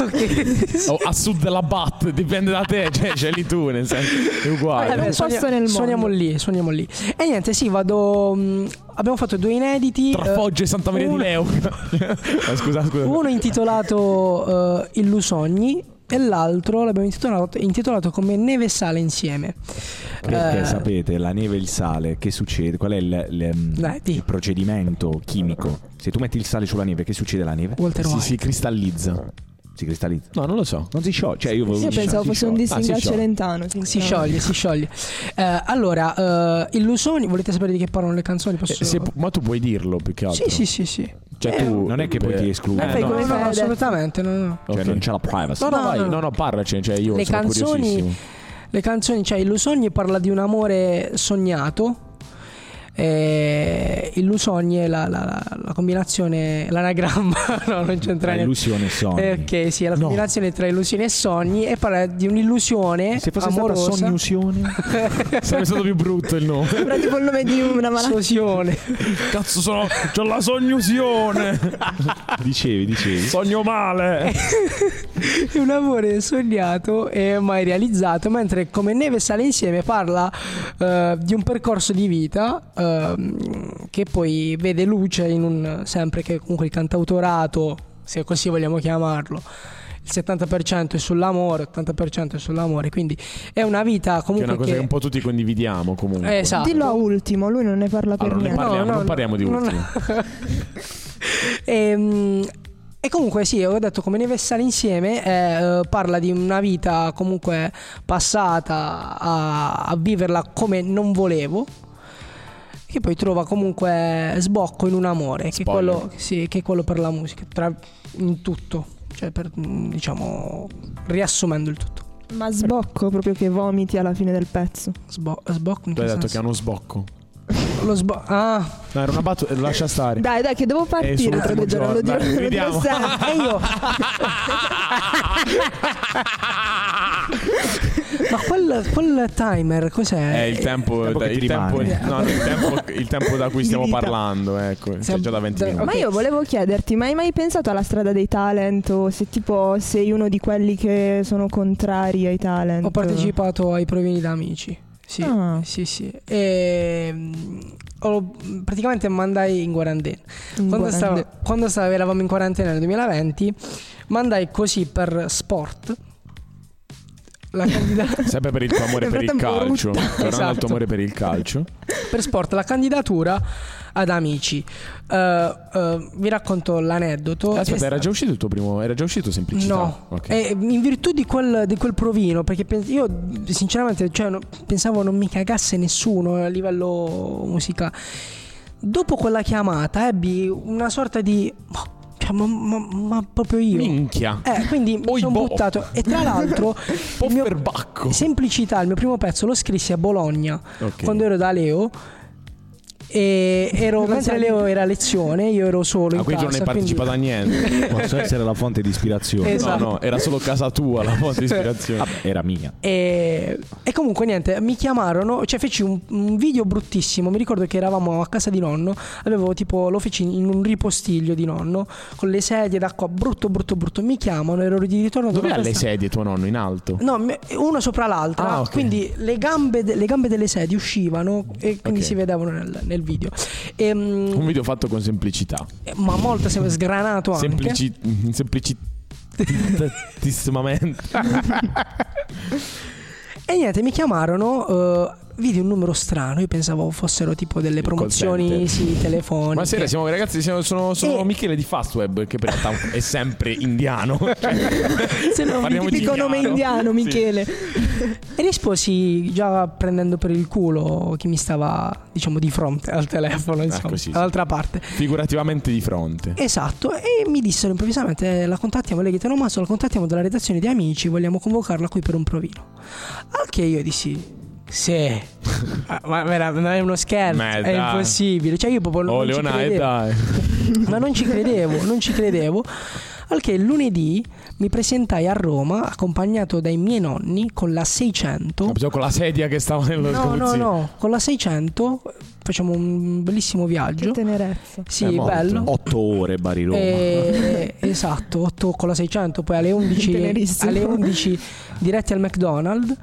Speaker 3: Ok.
Speaker 1: O a sud della Bat, dipende da te, cioè, c'è lì tu, nel senso, è
Speaker 3: Ah,
Speaker 1: uguale.
Speaker 2: Vabbè, un
Speaker 3: suonia-
Speaker 2: Eh, posto nel mondo.
Speaker 3: Suoniamo eh, lì, suoniamo lì. E niente, sì, vado... mh, abbiamo fatto due inediti.
Speaker 1: Tra
Speaker 3: eh,
Speaker 1: Foggia e Santa Maria di
Speaker 3: uno- *laughs*
Speaker 1: Leo. Eh, scusa, scusa.
Speaker 3: Uno intitolato eh, Illusogni e l'altro l'abbiamo intitolato, intitolato come Neve e Sale insieme.
Speaker 4: Perché
Speaker 3: Eh,
Speaker 4: sapete, la neve e il sale, che succede? Qual è il, il-
Speaker 3: Dai, di.
Speaker 4: il procedimento chimico? Se tu metti il sale sulla neve, che succede alla neve?
Speaker 3: Walter
Speaker 1: Si,
Speaker 3: White.
Speaker 1: si cristallizza.
Speaker 4: Si cristallizza.
Speaker 1: No, non lo so.
Speaker 4: Non si scioglie. Cioè, io,
Speaker 2: Io pensavo fosse un
Speaker 1: scioglie. Ah,
Speaker 2: disingaggio
Speaker 1: si scioglie.
Speaker 2: celentano.
Speaker 3: Si scioglie, si scioglie. Eh, allora, eh, Illusoni, volete sapere di che parlano le canzoni? Posso...
Speaker 1: Eh, se pu- ma tu puoi dirlo più che altro.
Speaker 3: sì, sì, sì, sì.
Speaker 1: Cioè, tu,
Speaker 4: Non è che poi ti escludo.
Speaker 2: Eh, fai
Speaker 1: no,
Speaker 2: come
Speaker 3: no, no,
Speaker 2: Fede.
Speaker 3: assolutamente. no, no.
Speaker 1: ok.
Speaker 4: Cioè, non c'è la privacy.
Speaker 1: No, no,
Speaker 3: No,
Speaker 1: vai,
Speaker 3: no,
Speaker 1: no,
Speaker 3: no.
Speaker 1: no, parlacene, cioè io
Speaker 3: Le
Speaker 1: sono
Speaker 3: canzoni- *laughs*
Speaker 1: curiosissimo.
Speaker 3: Le canzoni, cioè Illusogni parla di un amore sognato. E Illusogni è la, la- la- la combinazione, l'anagramma, *laughs* no, non c'entra
Speaker 4: Tra
Speaker 3: niente.
Speaker 4: illusione e sogni.
Speaker 3: Eh, ok, sì, è la
Speaker 4: No.
Speaker 3: combinazione tra illusioni e sogni e parla di un'illusione
Speaker 4: Se fosse
Speaker 3: amorosa.
Speaker 4: stata
Speaker 3: *laughs*
Speaker 4: sognusione,
Speaker 1: Sarebbe stato più brutto il nome.
Speaker 2: Però tipo il nome di una malattia.
Speaker 3: *laughs* Sosione.
Speaker 1: Cazzo, sono. C'ho la sognusione.
Speaker 4: dicevi, dicevi.
Speaker 1: Sogno male.
Speaker 3: È *laughs* un amore sognato e mai realizzato, mentre come Neve e Sale insieme parla eh, di un percorso di vita ehm, che poi vede luce in un sempre che comunque il cantautorato, se così vogliamo chiamarlo. Il 70% è sull'amore, 80% è sull'amore, quindi è una vita
Speaker 1: Che è
Speaker 3: comunque
Speaker 1: una cosa che un po' tutti condividiamo comunque.
Speaker 3: Eh, esatto.
Speaker 2: Dillo a ultimo, lui non ne parla per
Speaker 1: Allora, ne
Speaker 2: niente.
Speaker 1: parliamo,
Speaker 3: No, no,
Speaker 1: non parliamo di
Speaker 3: no,
Speaker 1: ultimo.
Speaker 3: *laughs* Ehm, E, comunque sì, ho detto come neve e sale insieme eh, eh, parla di una vita comunque passata a, a viverla come non volevo. Che poi trova comunque sbocco in un amore, che è,
Speaker 1: Spoiler.
Speaker 3: quello, sì, che è quello per la musica, tra- in tutto. Cioè, per, mm, diciamo, riassumendo il tutto.
Speaker 2: Ma sbocco proprio che vomiti alla fine del pezzo.
Speaker 3: Sbo- sbocco in
Speaker 1: Tu
Speaker 3: che
Speaker 1: hai detto che
Speaker 3: senso?
Speaker 1: ha uno sbocco.
Speaker 3: Lo sbo- ah,
Speaker 1: No, era una battuta, lascia stare. *laughs*
Speaker 2: Dai, dai, che devo
Speaker 1: È il suo
Speaker 2: partire tra
Speaker 1: ultimo giorno.
Speaker 2: due giorni. Lo dirò,
Speaker 1: Dai,
Speaker 2: lo dirò
Speaker 1: chiudiamo.
Speaker 2: sempre.
Speaker 3: e
Speaker 1: *laughs*
Speaker 3: io... Ma quel, quel timer cos'è?
Speaker 1: È Eh, il tempo,
Speaker 4: il tempo che
Speaker 1: il
Speaker 4: ti
Speaker 1: tempo,
Speaker 4: rimane.
Speaker 1: no, no, il tempo- il tempo da cui stiamo
Speaker 2: Di vita.
Speaker 1: parlando, ecco, cioè
Speaker 3: Siamo-
Speaker 1: già da 20
Speaker 3: da-
Speaker 1: minuti.
Speaker 2: Ma
Speaker 3: Ok.
Speaker 2: io volevo chiederti, ma hai mai pensato alla strada dei talent o se tipo sei uno di quelli che sono contrari ai talent?
Speaker 3: Ho partecipato ai provini da amici. Sì,
Speaker 2: Ah.
Speaker 3: sì, sì. E, mm, ho- praticamente mandai in quarantena.
Speaker 2: In
Speaker 3: Quando,
Speaker 2: quarantena.
Speaker 3: stavo- quando stavo- eravamo in quarantena nel 2020, mandai così per sport
Speaker 2: *laughs*
Speaker 3: la candida-
Speaker 1: Sempre per il tuo amore
Speaker 2: È
Speaker 1: per il
Speaker 2: proprio
Speaker 1: calcio.
Speaker 2: brutta.
Speaker 1: Tornando al
Speaker 3: Esatto.
Speaker 1: tuo amore per il calcio.
Speaker 3: per sport la candidatura ad amici. Eh, eh, vi racconto l'aneddoto. È
Speaker 1: Aspetta,
Speaker 3: Cioè, sta-
Speaker 1: era già uscito il tuo primo. Era già uscito semplicità.
Speaker 3: No,
Speaker 1: Ok.
Speaker 3: Eh, in virtù di quel, di quel provino, perché pens- io sinceramente cioè, no- pensavo non mi cagasse nessuno a livello musicale. Dopo quella chiamata ebbi una sorta di... Ma, cioè, ma- ma- ma proprio io...
Speaker 1: Minchia.
Speaker 3: Eh, quindi mi
Speaker 1: Oi
Speaker 3: sono
Speaker 1: boh.
Speaker 3: buttato
Speaker 1: *laughs*
Speaker 3: e tra l'altro il mio-
Speaker 1: Pofferbacco.
Speaker 3: Semplicità, il mio primo pezzo lo scrissi a Bologna
Speaker 1: Ok.
Speaker 3: quando ero da Leo e ero,
Speaker 2: Non
Speaker 3: mentre
Speaker 2: sai-
Speaker 3: Leo era a lezione io ero solo
Speaker 1: Ah,
Speaker 3: in
Speaker 1: quindi tu non hai
Speaker 3: casa, quindi-
Speaker 1: partecipato a
Speaker 3: *laughs*
Speaker 1: niente.
Speaker 4: Posso essere la fonte di ispirazione.
Speaker 3: Eh, Esatto. Ah,
Speaker 1: No, no, era solo casa tua la fonte di
Speaker 3: Eh.
Speaker 1: ispirazione.
Speaker 4: Vabbè, era mia.
Speaker 3: E, e comunque niente, mi chiamarono, cioè feci un, un video bruttissimo, mi ricordo che eravamo a casa di nonno, avevo tipo, lo feci in un ripostiglio di nonno, con le sedie d'acqua, brutto, brutto, brutto, mi chiamano, ero di ritorno da
Speaker 1: Dove
Speaker 3: una
Speaker 1: ha le
Speaker 3: festa-
Speaker 1: sedie tuo nonno in alto?
Speaker 3: No, me- uno sopra l'altra,
Speaker 1: Ah, ok.
Speaker 3: quindi le gambe, de- le gambe delle sedie uscivano e quindi
Speaker 1: Ok.
Speaker 3: si vedevano nel, nel video. E, mm,
Speaker 1: Un video fatto con semplicità.
Speaker 3: ma molto se- sgranato anche.
Speaker 1: Semplici... *laughs* Semplicitissimamente.
Speaker 3: E niente, mi chiamarono, eh, vidi un numero strano, io pensavo fossero tipo delle
Speaker 1: call
Speaker 3: promozioni,
Speaker 1: center.
Speaker 3: sì, telefoniche.
Speaker 1: Buonasera, siamo ragazzi. siamo- sono sono
Speaker 3: E-
Speaker 1: Michele di Fastweb, che in realtà è sempre indiano.
Speaker 3: *laughs* Se no,
Speaker 1: Parliamo di
Speaker 2: Tipico nome indiano, Michele.
Speaker 3: E risposi già prendendo per il culo chi mi stava, diciamo, di fronte al telefono, insomma,
Speaker 1: Ecco, sì, sì.
Speaker 3: dall'altra parte.
Speaker 1: Figurativamente di fronte.
Speaker 3: Esatto, e mi dissero improvvisamente "Eh, la contattiamo, lei che te lo masso, la contattiamo dalla redazione di Amici, vogliamo convocarla qui per un provino. Al che io dissi...
Speaker 1: *laughs*
Speaker 3: Sì, Ah, ma vera- non è uno scherzo,
Speaker 1: Ma
Speaker 3: è
Speaker 1: dai.
Speaker 3: impossibile. Cioè, io proprio non
Speaker 1: Oh,
Speaker 3: ci
Speaker 1: Leonà, e
Speaker 3: credevo.
Speaker 1: dai.
Speaker 3: Ma non ci credevo, non ci credevo. Al che lunedì mi presentai a Roma accompagnato dai miei nonni con la 600.
Speaker 1: Ho con la sedia che stava nello
Speaker 3: No, no,
Speaker 1: sgabuzzino.
Speaker 3: no, con la 600 facciamo un bellissimo
Speaker 2: Che
Speaker 3: viaggio.
Speaker 2: tenerezza.
Speaker 3: Sì,
Speaker 4: È morto.
Speaker 3: bello.
Speaker 4: Otto ore Bari Roma.
Speaker 3: Eh, esatto, 8 con la 600, poi alle 11,
Speaker 2: *laughs* Tenerissimo.
Speaker 3: alle 11 diretti al McDonald's.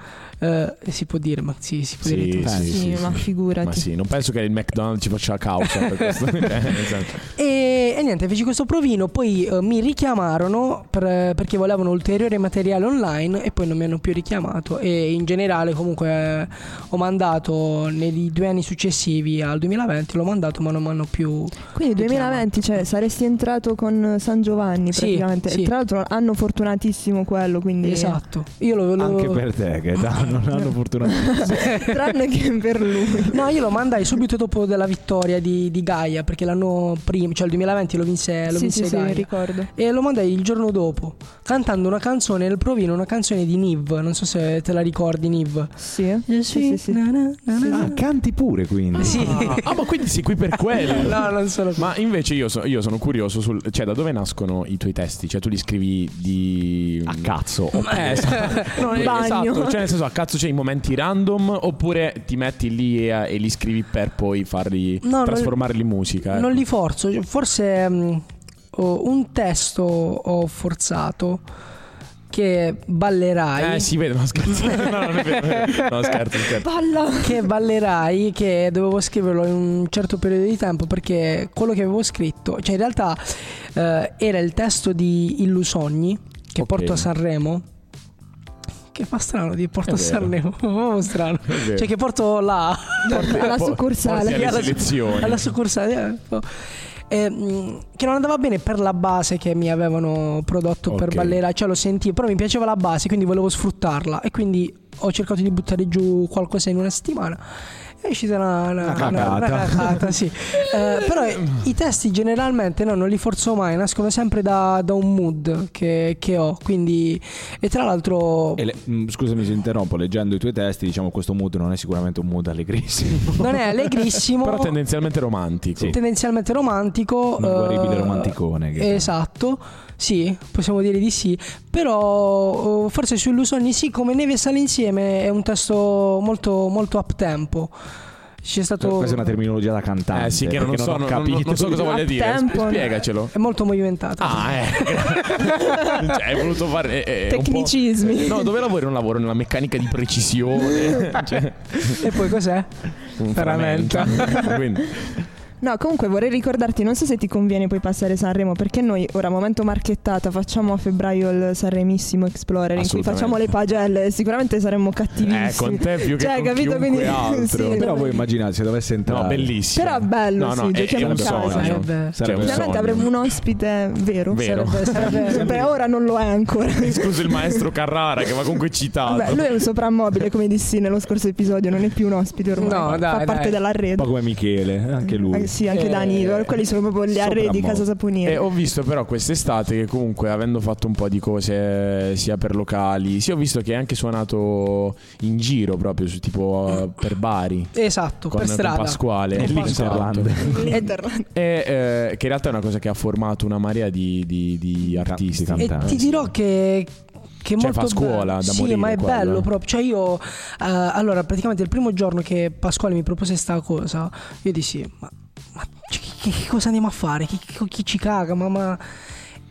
Speaker 3: eh, si può dire, ma sì, si può
Speaker 1: Sì,
Speaker 3: dire. tutto.
Speaker 1: sì,
Speaker 2: Sì,
Speaker 1: sì,
Speaker 2: ma
Speaker 1: sì.
Speaker 2: figurati.
Speaker 1: Ma sì, non penso che il McDonald's ci faccia la causa per
Speaker 3: *laughs*
Speaker 1: questo. Cioè, nel senso,
Speaker 3: E, e niente, feci questo provino, poi eh, mi richiamarono per- perché volevano ulteriore materiale online e poi non mi hanno più richiamato e in generale comunque eh, ho mandato nei due anni successivi al 2020, l'ho mandato ma non mi hanno più...
Speaker 2: Quindi
Speaker 3: richiamato.
Speaker 2: 2020, cioè saresti entrato con San Giovanni
Speaker 3: Sì,
Speaker 2: praticamente.
Speaker 3: sì.
Speaker 2: Tra l'altro hanno fortunatissimo quello, quindi...
Speaker 3: Esatto, io lo, lo-
Speaker 4: Anche per te, che da-
Speaker 3: *laughs*
Speaker 4: non hanno fortuna.
Speaker 2: *laughs* Tranne che per lui.
Speaker 3: No, io lo mandai subito dopo della vittoria di, di Gaia perché l'anno prima, cioè il 2020 lo vinse, lo
Speaker 2: sì,
Speaker 3: vinse
Speaker 2: sì, sì,
Speaker 3: Gaia.
Speaker 2: ricordo.
Speaker 3: E lo mandai il giorno dopo, cantando una canzone nel provino, una canzone di Niv, non so se te la ricordi Niv. Eh,
Speaker 2: Sì, sì, sì. sì.
Speaker 3: Na, na, na, na.
Speaker 4: Ah, canti pure quindi.
Speaker 3: Sì. *laughs*
Speaker 1: Ah, ah, ma quindi sei qui per quello.
Speaker 3: No, non sono
Speaker 1: Ma invece io, so- io sono curioso sul, cioè da dove nascono i tuoi testi? Cioè tu li scrivi di
Speaker 4: A cazzo.
Speaker 1: Eh, esatto. No, eh,
Speaker 2: Bagno.
Speaker 1: esatto. Cioè nel senso a cazzo c'è in momenti random oppure ti metti lì e, e li scrivi per poi farli
Speaker 3: No, non-
Speaker 1: trasformarli in musica.
Speaker 3: Non
Speaker 1: ecco.
Speaker 3: li forzo, cioè, forse mh, ho un testo ho forzato che ballerai.
Speaker 1: Eh, si vede, no
Speaker 3: *laughs*
Speaker 1: scherzo. no, non è vero. No, scherzo, scherzo.
Speaker 2: Palla!
Speaker 1: *laughs*
Speaker 3: Che ballerai, che dovevo scriverlo in un certo periodo di tempo perché quello che avevo scritto, cioè in realtà eh, era il testo di Illusogni che
Speaker 1: Ok.
Speaker 3: porto a Sanremo. Che fa strano di
Speaker 1: È
Speaker 3: porto a
Speaker 1: vero.
Speaker 3: Sanremo, *laughs* proprio strano.
Speaker 1: vero.
Speaker 3: Cioè che porto là.
Speaker 2: Alla
Speaker 1: Po-
Speaker 2: succursale.
Speaker 1: porti alle
Speaker 3: Alla-
Speaker 1: selezioni.
Speaker 3: alla succursale eh, oh. Eh, mh, che non andava bene per la base che mi avevano prodotto per
Speaker 1: Ok.
Speaker 3: ballera, cioè lo sentivo, però mi piaceva la base, quindi volevo sfruttarla e quindi ho cercato di buttare giù qualcosa in una settimana. È uscita una, una,
Speaker 4: Una
Speaker 3: una- una
Speaker 4: cacata.
Speaker 3: cacata, sì. Eh, però eh, i testi generalmente no, non li forzo mai, nascono sempre da, da un mood che, che ho. Quindi, e tra l'altro,
Speaker 5: E le- mm, scusami se interrompo, leggendo i tuoi testi, diciamo questo mood non è sicuramente un mood allegrissimo.
Speaker 3: non è allegrissimo.
Speaker 1: Però tendenzialmente romantico.
Speaker 3: tendenzialmente romantico.
Speaker 5: Esatto. Un guaribile
Speaker 3: eh,
Speaker 5: romanticone che-
Speaker 3: Esatto, sì, possiamo dire di sì. Però eh, forse su Illusioni sì, come Neve e Sale insieme è un testo molto, molto up tempo. C'è stato...
Speaker 4: Cioè, Eh, Questa è una terminologia da cantante.
Speaker 1: Eh sì, che non, lo
Speaker 4: perché
Speaker 1: so,
Speaker 4: ho
Speaker 1: non, non-
Speaker 4: capito.
Speaker 1: non so cosa voglia
Speaker 2: A
Speaker 1: dire.
Speaker 2: tempo, no.
Speaker 1: Spiegacelo.
Speaker 3: È molto movimentato.
Speaker 1: Ah,
Speaker 2: *laughs*
Speaker 1: eh. cioè, hai voluto fare. eh, eh, un po'-
Speaker 2: Tecnicismi.
Speaker 1: No, dove lavori? Non lavoro nella meccanica di precisione. cioè,
Speaker 3: E poi cos'è?
Speaker 1: un
Speaker 3: Ferramenta.
Speaker 1: ferramenta. Quindi,
Speaker 2: No, comunque vorrei ricordarti, non so se ti conviene poi passare Sanremo, perché noi ora, momento marchettata, facciamo a febbraio il Sanremissimo Explorer, in cui
Speaker 1: Assolutamente.
Speaker 2: facciamo le pagelle, sicuramente saremmo cattivissimi.
Speaker 1: eh, con te più che
Speaker 2: Cioè,
Speaker 1: con
Speaker 2: capito?
Speaker 1: chiunque
Speaker 2: Quindi-
Speaker 1: altro.
Speaker 2: sì.
Speaker 4: Però voi immaginate se dovesse entrare.
Speaker 1: No, bellissimo.
Speaker 2: Però è bello,
Speaker 1: No, no,
Speaker 2: sì,
Speaker 1: è-
Speaker 2: giochiamo
Speaker 1: è un
Speaker 2: a casa. eh.
Speaker 1: sogno.
Speaker 3: Sarebbe-
Speaker 1: Cioè, un
Speaker 2: Finalmente
Speaker 1: sogno.
Speaker 2: avremo un ospite vero.
Speaker 1: Vero. Esatto.
Speaker 3: Sarebbe- sarebbe-
Speaker 2: Per ora non lo è ancora.
Speaker 1: Scusa il maestro Carrara che va comunque citato.
Speaker 2: Vabbè, lui è un soprammobile, come dissi nello scorso episodio, non è più un ospite ormai.
Speaker 3: No, dai,
Speaker 2: Fa
Speaker 3: dai.
Speaker 2: parte della
Speaker 5: Un
Speaker 2: rete.
Speaker 5: po' come Michele, anche lui.
Speaker 2: Eh, sì, anche
Speaker 3: Eh,
Speaker 2: Dani, quelli sono proprio gli arredi di
Speaker 5: soprammobile.
Speaker 2: Casa
Speaker 1: E
Speaker 2: Saponiere.
Speaker 1: Eh, ho visto però quest'estate che comunque avendo fatto un po' di cose eh, sia per locali, sia ho visto che è anche suonato in giro proprio su tipo eh, per Bari.
Speaker 3: Esatto,
Speaker 1: Con,
Speaker 3: per
Speaker 1: con
Speaker 3: strada.
Speaker 4: Eh,
Speaker 1: Pasquale
Speaker 3: Con
Speaker 1: Esatto.
Speaker 4: Pasquale.
Speaker 3: eh,
Speaker 2: L'Interland.
Speaker 1: E eh, che in realtà è una cosa che ha formato una marea di, di- di artisti
Speaker 4: Ca- di
Speaker 3: E
Speaker 4: Fantastico.
Speaker 3: ti dirò che. Che è
Speaker 1: Cioè,
Speaker 3: molto
Speaker 1: fa scuola
Speaker 3: bello.
Speaker 1: da
Speaker 3: sì,
Speaker 1: morire
Speaker 3: ma è
Speaker 1: quello,
Speaker 3: bello
Speaker 1: eh.
Speaker 3: proprio. Cioè, io eh, allora, praticamente il primo giorno che Pasquale mi propose sta cosa, io dissi: Ma, ma c- che, che cosa andiamo a fare? Chi, chi- chi ci caga? Ma, ma-"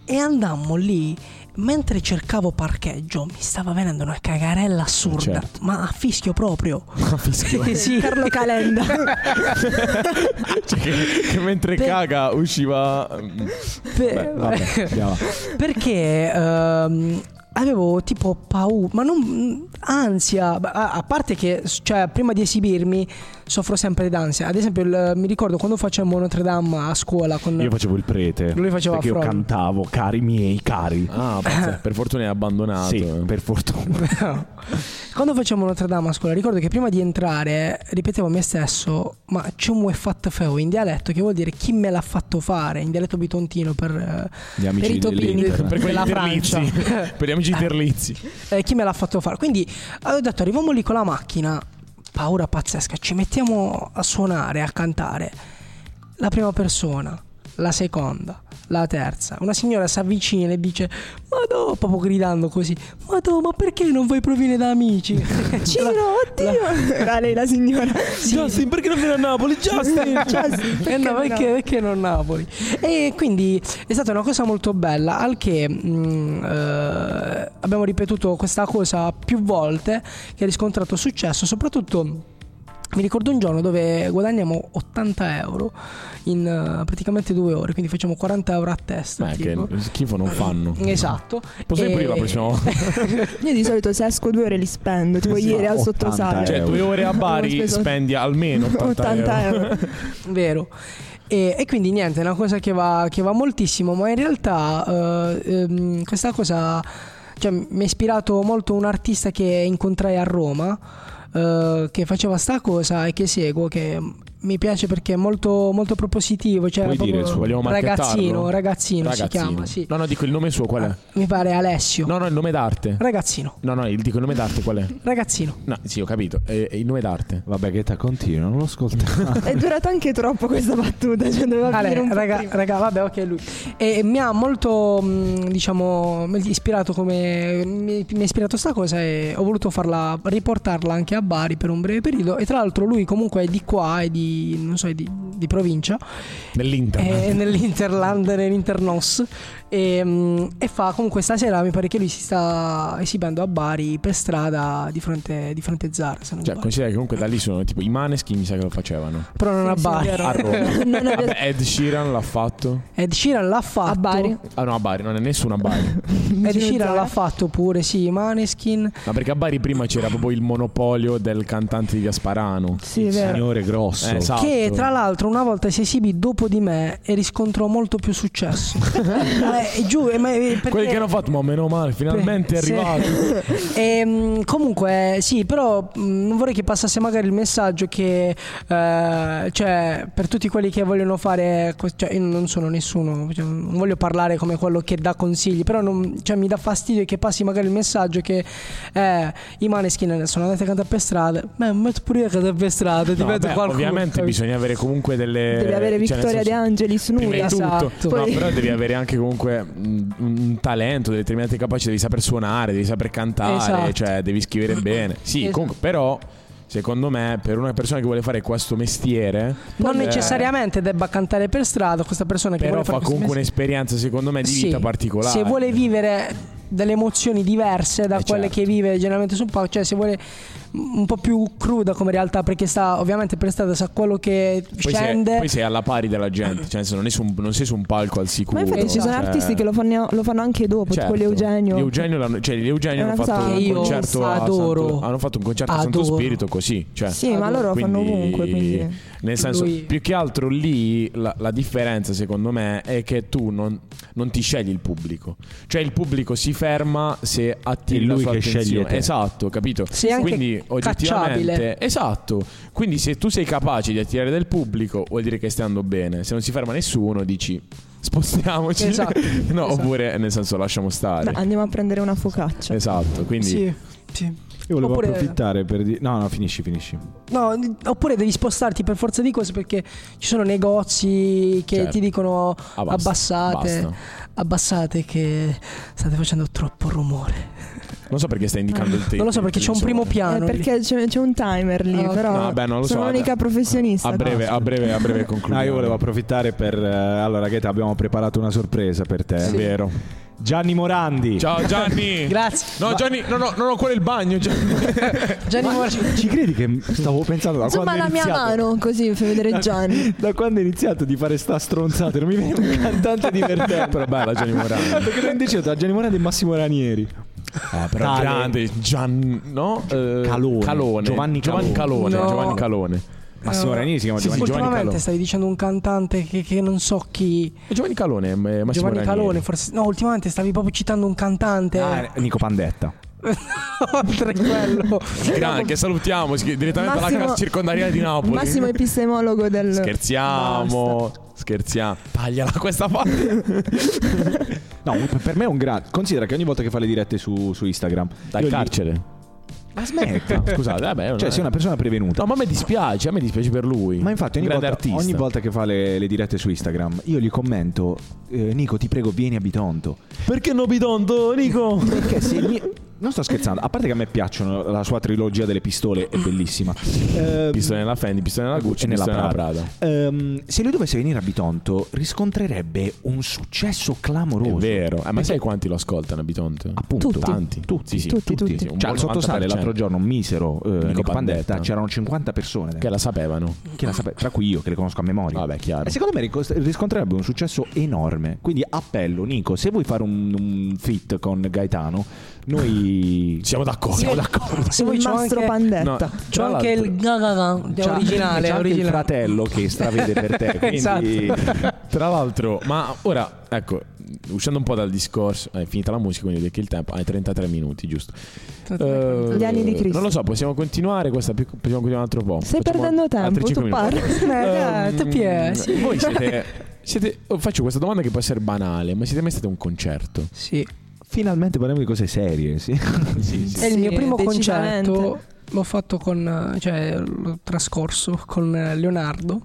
Speaker 3: E andammo lì. Mentre cercavo parcheggio, mi stava venendo una cagarella assurda,
Speaker 1: Certo.
Speaker 3: ma a fischio proprio. *laughs* sì,
Speaker 2: Carlo
Speaker 3: *laughs*
Speaker 2: Calenda.
Speaker 1: Cioè, che, che mentre
Speaker 3: Per-
Speaker 1: caga usciva mm,
Speaker 3: Pe-
Speaker 4: Vabbè, andiamo.
Speaker 3: Perché ehm, avevo tipo paura, ma non ansia, ma a, a parte che cioè, prima di esibirmi soffro sempre d'ansia. Ad esempio, il- mi ricordo quando facemmo Notre Dame a scuola con *laughs*
Speaker 4: Io facevo il prete.
Speaker 3: Lui faceva
Speaker 4: Perché io
Speaker 3: Frog.
Speaker 4: cantavo, cari miei, cari.
Speaker 1: Ah, pazzesco. per fortuna è abbandonato.
Speaker 4: sì, per fortuna.
Speaker 3: Quando facevamo Notre Dame a scuola, ricordo che prima di entrare ripetevo a me stesso: Ma c'è un fatto feo in dialetto, che vuol dire chi me l'ha fatto fare in dialetto bitontino per, eh,
Speaker 5: Gli amici
Speaker 3: per i topini
Speaker 5: dell'Inter.
Speaker 1: Per quegli
Speaker 3: della Francia.
Speaker 1: interlizzi. *laughs* per gli amici interlizzi.
Speaker 3: Eh, chi me l'ha fatto fare? Quindi avevo detto, arriviamo lì con la macchina, paura pazzesca, ci mettiamo a suonare, a cantare. La prima persona, la seconda, la terza. Una signora si avvicina e dice, ma no, proprio gridando così, ma no, ma perché non vuoi provine da amici?
Speaker 2: Ciro, oddio. Era lei la signora.
Speaker 3: Justin, perché non vieni
Speaker 2: *laughs*
Speaker 3: a Napoli? Justin!
Speaker 2: Justin,
Speaker 3: Eh no,
Speaker 2: perché
Speaker 3: perché,
Speaker 2: no?
Speaker 3: perché non Napoli? E quindi è stata una cosa molto bella, al che mh, eh, abbiamo ripetuto questa cosa più volte, che ha riscontrato successo, soprattutto... Mi ricordo un giorno dove guadagniamo 80 euro in eh, praticamente due ore, quindi facciamo 40 euro a testa.
Speaker 1: Ma
Speaker 3: tipo.
Speaker 1: che schifo non fanno.
Speaker 3: Esatto.
Speaker 1: Posso
Speaker 3: E-
Speaker 1: ripulire la prossima volta?
Speaker 3: Eh,
Speaker 2: Io di solito se esco due ore li spendo, tipo
Speaker 4: Sì,
Speaker 2: ieri al
Speaker 4: 80
Speaker 2: sottosale.
Speaker 1: Cioè, due ore a Bari
Speaker 2: Abbiamo speso-
Speaker 1: spendi almeno 80,
Speaker 2: 80 euro.
Speaker 3: Vero. E, e quindi niente, è una cosa che va, che va moltissimo, ma in realtà eh, ehm, questa cosa cioè, mi ha ispirato molto un artista che incontrai a Roma, eh, che faceva sta cosa e che seguo, che mi piace perché è molto, molto propositivo. Cioè,
Speaker 5: Puoi
Speaker 3: proprio
Speaker 5: dire il suo,
Speaker 1: Vogliamo marchettarlo?
Speaker 3: ragazzino, ragazzino, si chiama, sì. Ah,
Speaker 1: No, no, dico il nome suo qual è?
Speaker 3: Mi pare Alessio.
Speaker 1: No, no, il nome d'arte.
Speaker 3: Ragazzino,
Speaker 1: No, no, il- dico il nome d'arte qual è?
Speaker 3: ragazzino.
Speaker 1: No, sì, ho capito. È, è il nome d'arte.
Speaker 4: *laughs* Vabbè, che te continua, non lo ascoltavo.
Speaker 2: È durata anche troppo questa battuta, cioè doveva
Speaker 3: Ale,
Speaker 2: finire un po'
Speaker 3: raga,
Speaker 2: prima.
Speaker 3: raga, vabbè, ok, lui. E, e mi ha molto, mh, diciamo, mi ha ispirato come. Mi, mi ha ispirato sta cosa e ho voluto farla, riportarla anche a Bari per un breve periodo. E tra l'altro, lui comunque è di qua, è di. non so, è di, di provincia,
Speaker 1: Nell'Inter.
Speaker 3: è nell'Interland, nell'Internos. E, mh, e fa comunque stasera, mi pare che lui si sta esibendo a Bari per strada di fronte, di fronte Zara. Se non
Speaker 1: Cioè,
Speaker 3: sbaglio.
Speaker 1: considera che comunque da lì sono tipo i maneschi, mi sa che lo facevano.
Speaker 3: Però non a
Speaker 2: Sì,
Speaker 3: Bari.
Speaker 2: è vero.
Speaker 1: A
Speaker 2: *laughs*
Speaker 1: Roma.
Speaker 2: Non abbiamo-
Speaker 1: Vabbè, Ed Sheeran l'ha fatto.
Speaker 3: Ed Sheeran l'ha fatto
Speaker 2: A Bari.
Speaker 1: Ah, no, a Bari, non è nessuno a Bari.
Speaker 3: Ed
Speaker 2: Vicino
Speaker 3: Sheeran
Speaker 2: Zara.
Speaker 3: l'ha fatto pure, sì, Maneskin.
Speaker 1: Ma perché a Bari prima c'era proprio il monopolio del cantante di Asparano.
Speaker 2: Sì, è vero.
Speaker 4: Signore grosso.
Speaker 1: Eh, Esatto.
Speaker 3: Che tra l'altro una volta si esibì dopo di me e riscontrò molto
Speaker 1: *laughs*
Speaker 3: più successo. Eh, giù, eh, ma, eh, perché-
Speaker 1: Quelli che hanno fatto, ma meno male, finalmente è
Speaker 3: Sì.
Speaker 1: arrivato.
Speaker 3: *laughs* Ehm, comunque, sì, però mh, non vorrei che passasse magari il messaggio che, eh, cioè, per tutti quelli che vogliono fare, que- cioè, io non sono nessuno, cioè, non voglio parlare come quello che dà consigli, però non- cioè, mi dà fastidio che passi magari il messaggio che eh, i maneskin sono andati a cantare per strada, ma metti pure io a cantare per strada,
Speaker 1: No,
Speaker 3: diventa
Speaker 1: beh,
Speaker 3: qualcuno.
Speaker 1: ovviamente
Speaker 3: capi-
Speaker 1: bisogna avere comunque delle
Speaker 2: Devi avere
Speaker 1: cioè, nel
Speaker 2: Vittoria
Speaker 1: senso-
Speaker 2: De Angelis
Speaker 1: Prima di
Speaker 2: nuda.
Speaker 1: tutto,
Speaker 3: Esatto.
Speaker 1: No,
Speaker 2: Poi-
Speaker 1: però devi avere anche comunque mh, un, un talento, delle determinate capacità, devi saper suonare, devi saper cantare,
Speaker 3: Esatto.
Speaker 1: cioè devi scrivere bene. Sì,
Speaker 3: Esatto.
Speaker 1: comunque, però secondo me per una persona che vuole fare questo mestiere,
Speaker 3: Non
Speaker 1: eh,
Speaker 3: necessariamente debba cantare per strada questa persona che
Speaker 1: però
Speaker 3: vuole fare
Speaker 1: fa
Speaker 3: questo
Speaker 1: comunque
Speaker 3: mestiere.
Speaker 1: un'esperienza secondo me di
Speaker 3: Sì,
Speaker 1: vita particolare.
Speaker 3: Se vuole vivere delle emozioni diverse da
Speaker 1: Eh,
Speaker 3: quelle
Speaker 1: certo.
Speaker 3: che vive generalmente sul palco, cioè se vuole un po' più cruda come realtà, perché sta ovviamente per strada, sa quello che
Speaker 1: poi sei,
Speaker 3: scende.
Speaker 1: poi sei alla pari della gente, cioè nel senso, non, è su un- non sei su un palco al sicuro.
Speaker 2: Ma infatti ci sono
Speaker 1: cioè-
Speaker 2: artisti che lo fanno, lo fanno anche dopo,
Speaker 1: Certo.
Speaker 2: tipo l'Eugenio.
Speaker 1: Gli Eugenio, l'hanno- cioè, gli Eugenio
Speaker 2: È
Speaker 1: hanno
Speaker 2: una
Speaker 1: fatto
Speaker 2: cosa
Speaker 1: un
Speaker 2: che io
Speaker 1: concerto a
Speaker 3: adoro.
Speaker 1: Santo- hanno fatto un concerto a Santo
Speaker 3: Adoro.
Speaker 1: Spirito così. Cioè,
Speaker 2: Sì, ma loro lo fanno
Speaker 1: quindi-
Speaker 2: ovunque. Quindi.
Speaker 1: Nel senso,
Speaker 3: Lui-
Speaker 1: più che altro lì la, la differenza, secondo me, è che tu non, non ti scegli il pubblico. Cioè, il pubblico si ferma se attiri
Speaker 6: È
Speaker 1: la
Speaker 6: lui
Speaker 1: sua
Speaker 6: che
Speaker 1: attenzione.
Speaker 6: sceglie te.
Speaker 1: Esatto, capito?
Speaker 3: Sei anche
Speaker 1: Quindi oggettivamente
Speaker 3: cacciabile.
Speaker 1: esatto. Quindi se tu sei capace di attirare del pubblico, vuol dire che stai andando bene. Se non si ferma nessuno, dici spostiamoci.
Speaker 3: Esatto,
Speaker 1: *laughs* no,
Speaker 3: esatto.
Speaker 1: oppure nel senso lasciamo stare.
Speaker 2: Beh, andiamo a prendere una focaccia.
Speaker 1: Esatto, quindi
Speaker 3: cioè, Sì, sì.
Speaker 4: Io volevo
Speaker 3: Oppure-
Speaker 4: approfittare per dire... No, no, finisci, finisci.
Speaker 3: No, n- oppure devi spostarti per forza di cose perché ci sono negozi che
Speaker 1: Certo.
Speaker 3: ti dicono
Speaker 1: ah, basta,
Speaker 3: abbassate,
Speaker 1: basta.
Speaker 3: abbassate che state facendo troppo rumore.
Speaker 1: Non so perché stai indicando il tempo.
Speaker 3: Non lo so perché c'è un primo
Speaker 2: Eh,
Speaker 3: piano. lì.
Speaker 2: perché c'è, c'è un timer lì,
Speaker 3: Ah, ok.
Speaker 2: però
Speaker 1: No, vabbè, non lo
Speaker 2: sono
Speaker 1: so,
Speaker 2: l'unica professionista.
Speaker 1: A breve, a breve,
Speaker 6: *laughs*
Speaker 1: a
Speaker 6: Ah,
Speaker 1: breve concludiamo.
Speaker 4: No, io volevo approfittare per... eh, allora, Gaeta, abbiamo preparato una sorpresa per te. eh.
Speaker 1: È vero.
Speaker 4: Gianni Morandi.
Speaker 1: Ciao Gianni.
Speaker 3: Grazie.
Speaker 1: No, Gianni, no, no, non ho ancora il bagno. Gianni.
Speaker 3: Gianni
Speaker 4: Ma
Speaker 3: Morandi.
Speaker 4: ci credi che stavo pensando da
Speaker 2: Insomma,
Speaker 4: quando
Speaker 2: la
Speaker 4: è
Speaker 2: mia
Speaker 4: iniziato-
Speaker 2: mano, così fai vedere Gianni.
Speaker 4: Da quando è iniziato di fare sta stronzata, non mi viene un cantante divertente.
Speaker 1: Però bella Gianni Morandi.
Speaker 4: Perché non deciso tra Gianni Morandi e Massimo Ranieri.
Speaker 1: Ah, però
Speaker 4: Tale.
Speaker 1: grande Gian no? Eh,
Speaker 4: Calone.
Speaker 1: Giovanni
Speaker 4: Giovanni
Speaker 1: Calone. Giovanni Calone.
Speaker 3: Calone. No.
Speaker 4: Massimo
Speaker 3: Eh,
Speaker 4: Ranieri si chiama
Speaker 1: sì,
Speaker 4: Giovanni
Speaker 1: sì,
Speaker 4: Giovanni
Speaker 3: Ultimamente
Speaker 4: Calò.
Speaker 3: stavi dicendo un cantante che, che non so chi.
Speaker 1: Giovanni Calone, eh, Massimo
Speaker 3: Giovanni
Speaker 1: Ranieri.
Speaker 3: Calone, forse. No, ultimamente stavi proprio citando un cantante. *laughs*
Speaker 4: Ah, Nico Pandetta.
Speaker 3: Oltre quello.
Speaker 1: Gran, che salutiamo si- direttamente dalla
Speaker 2: Massimo-
Speaker 1: casa circondariale di Napoli. *laughs*
Speaker 2: Massimo epistemologo del...
Speaker 1: Scherziamo, scherziamo. Tagliala questa parte.
Speaker 4: No, per me è un grande. Considera che ogni volta che fa le dirette su, su Instagram. io gli- Ma *laughs* smetta.
Speaker 1: Scusate, vabbè, non
Speaker 4: Cioè,
Speaker 1: è-
Speaker 4: sei una persona prevenuta.
Speaker 1: No, ma a me dispiace, a me dispiace per lui.
Speaker 4: Ma infatti,
Speaker 1: Un
Speaker 4: ogni
Speaker 1: grande
Speaker 4: volta,
Speaker 1: artista.
Speaker 4: ogni volta che fa le, le dirette su Instagram, io gli commento: eh, Nico, ti prego, vieni a Bitonto.
Speaker 1: Perché no bitondo,
Speaker 4: *laughs*
Speaker 1: Nico?
Speaker 4: Perché se mi- Non sto scherzando, a parte che a me piacciono la sua trilogia delle pistole, è bellissima. Eh,
Speaker 1: Pistone nella Fendi, pistone nella Gucci,
Speaker 4: E nella
Speaker 1: pistone nella
Speaker 4: Prada.
Speaker 1: Prada.
Speaker 4: ehm, se lui dovesse venire a Bitonto, riscontrerebbe un successo
Speaker 1: È
Speaker 4: clamoroso.
Speaker 1: vero, Eh, ma sai quanti lo ascoltano a Bitonto?
Speaker 4: Appunto,
Speaker 2: Ah, Tutti.
Speaker 1: Tanti.
Speaker 4: Tutti,
Speaker 1: Sì, sì,
Speaker 2: tutti, tutti.
Speaker 1: sì, un
Speaker 4: Cioè, al
Speaker 1: buon
Speaker 4: sottosale
Speaker 1: 90%.
Speaker 4: l'altro giorno, un misero eh, Nico Pandetta,
Speaker 1: Pandetta.
Speaker 4: c'erano 50 persone.
Speaker 1: Che la sapevano.
Speaker 4: Chi la sape- Tra cui io, che le conosco a memoria.
Speaker 1: Vabbè, chiaro.
Speaker 2: Eh,
Speaker 4: E secondo me ricos- riscontrerebbe un successo enorme. Quindi appello, Nico, se vuoi fare un, un fit con Gaetano, *laughs* noi
Speaker 1: Siamo d'accordo.
Speaker 4: siamo d'accordo.
Speaker 3: Se vuoi
Speaker 2: Il
Speaker 3: c'ho
Speaker 2: mastro
Speaker 3: anche,
Speaker 1: No,
Speaker 2: Pandetta.
Speaker 3: c'ho
Speaker 1: tra
Speaker 3: anche il
Speaker 1: l'altro-
Speaker 3: Gagaga,
Speaker 4: C'ha-
Speaker 3: originale,
Speaker 4: c'ha anche il
Speaker 3: originale.
Speaker 4: fratello che stravede per te. Quindi...
Speaker 3: Esatto.
Speaker 1: Tra l'altro, ma ora, ecco, uscendo un po' dal discorso, eh, è finita la musica, quindi vedi che il tempo, hai 33 minuti, giusto? Eh,
Speaker 2: Gli anni di Cristo.
Speaker 1: Non lo so, possiamo continuare questa, più- possiamo continuare un altro po'.
Speaker 2: Stai
Speaker 1: Facciamo
Speaker 2: perdendo
Speaker 1: altri
Speaker 2: tempo,
Speaker 1: cinque
Speaker 2: tu
Speaker 1: minuti. *laughs*
Speaker 2: parli.
Speaker 3: Eh,
Speaker 1: Ehm,
Speaker 3: te pie- sì.
Speaker 1: Voi siete, siete- oh, faccio questa domanda che può essere banale, ma siete mai stati a un concerto?
Speaker 3: Sì.
Speaker 4: Finalmente parliamo di cose serie, sì.
Speaker 3: E il
Speaker 2: Sì,
Speaker 3: mio primo
Speaker 2: decisamente.
Speaker 3: concerto l'ho fatto con, eh, cioè, l'ho trascorso con eh, Leonardo.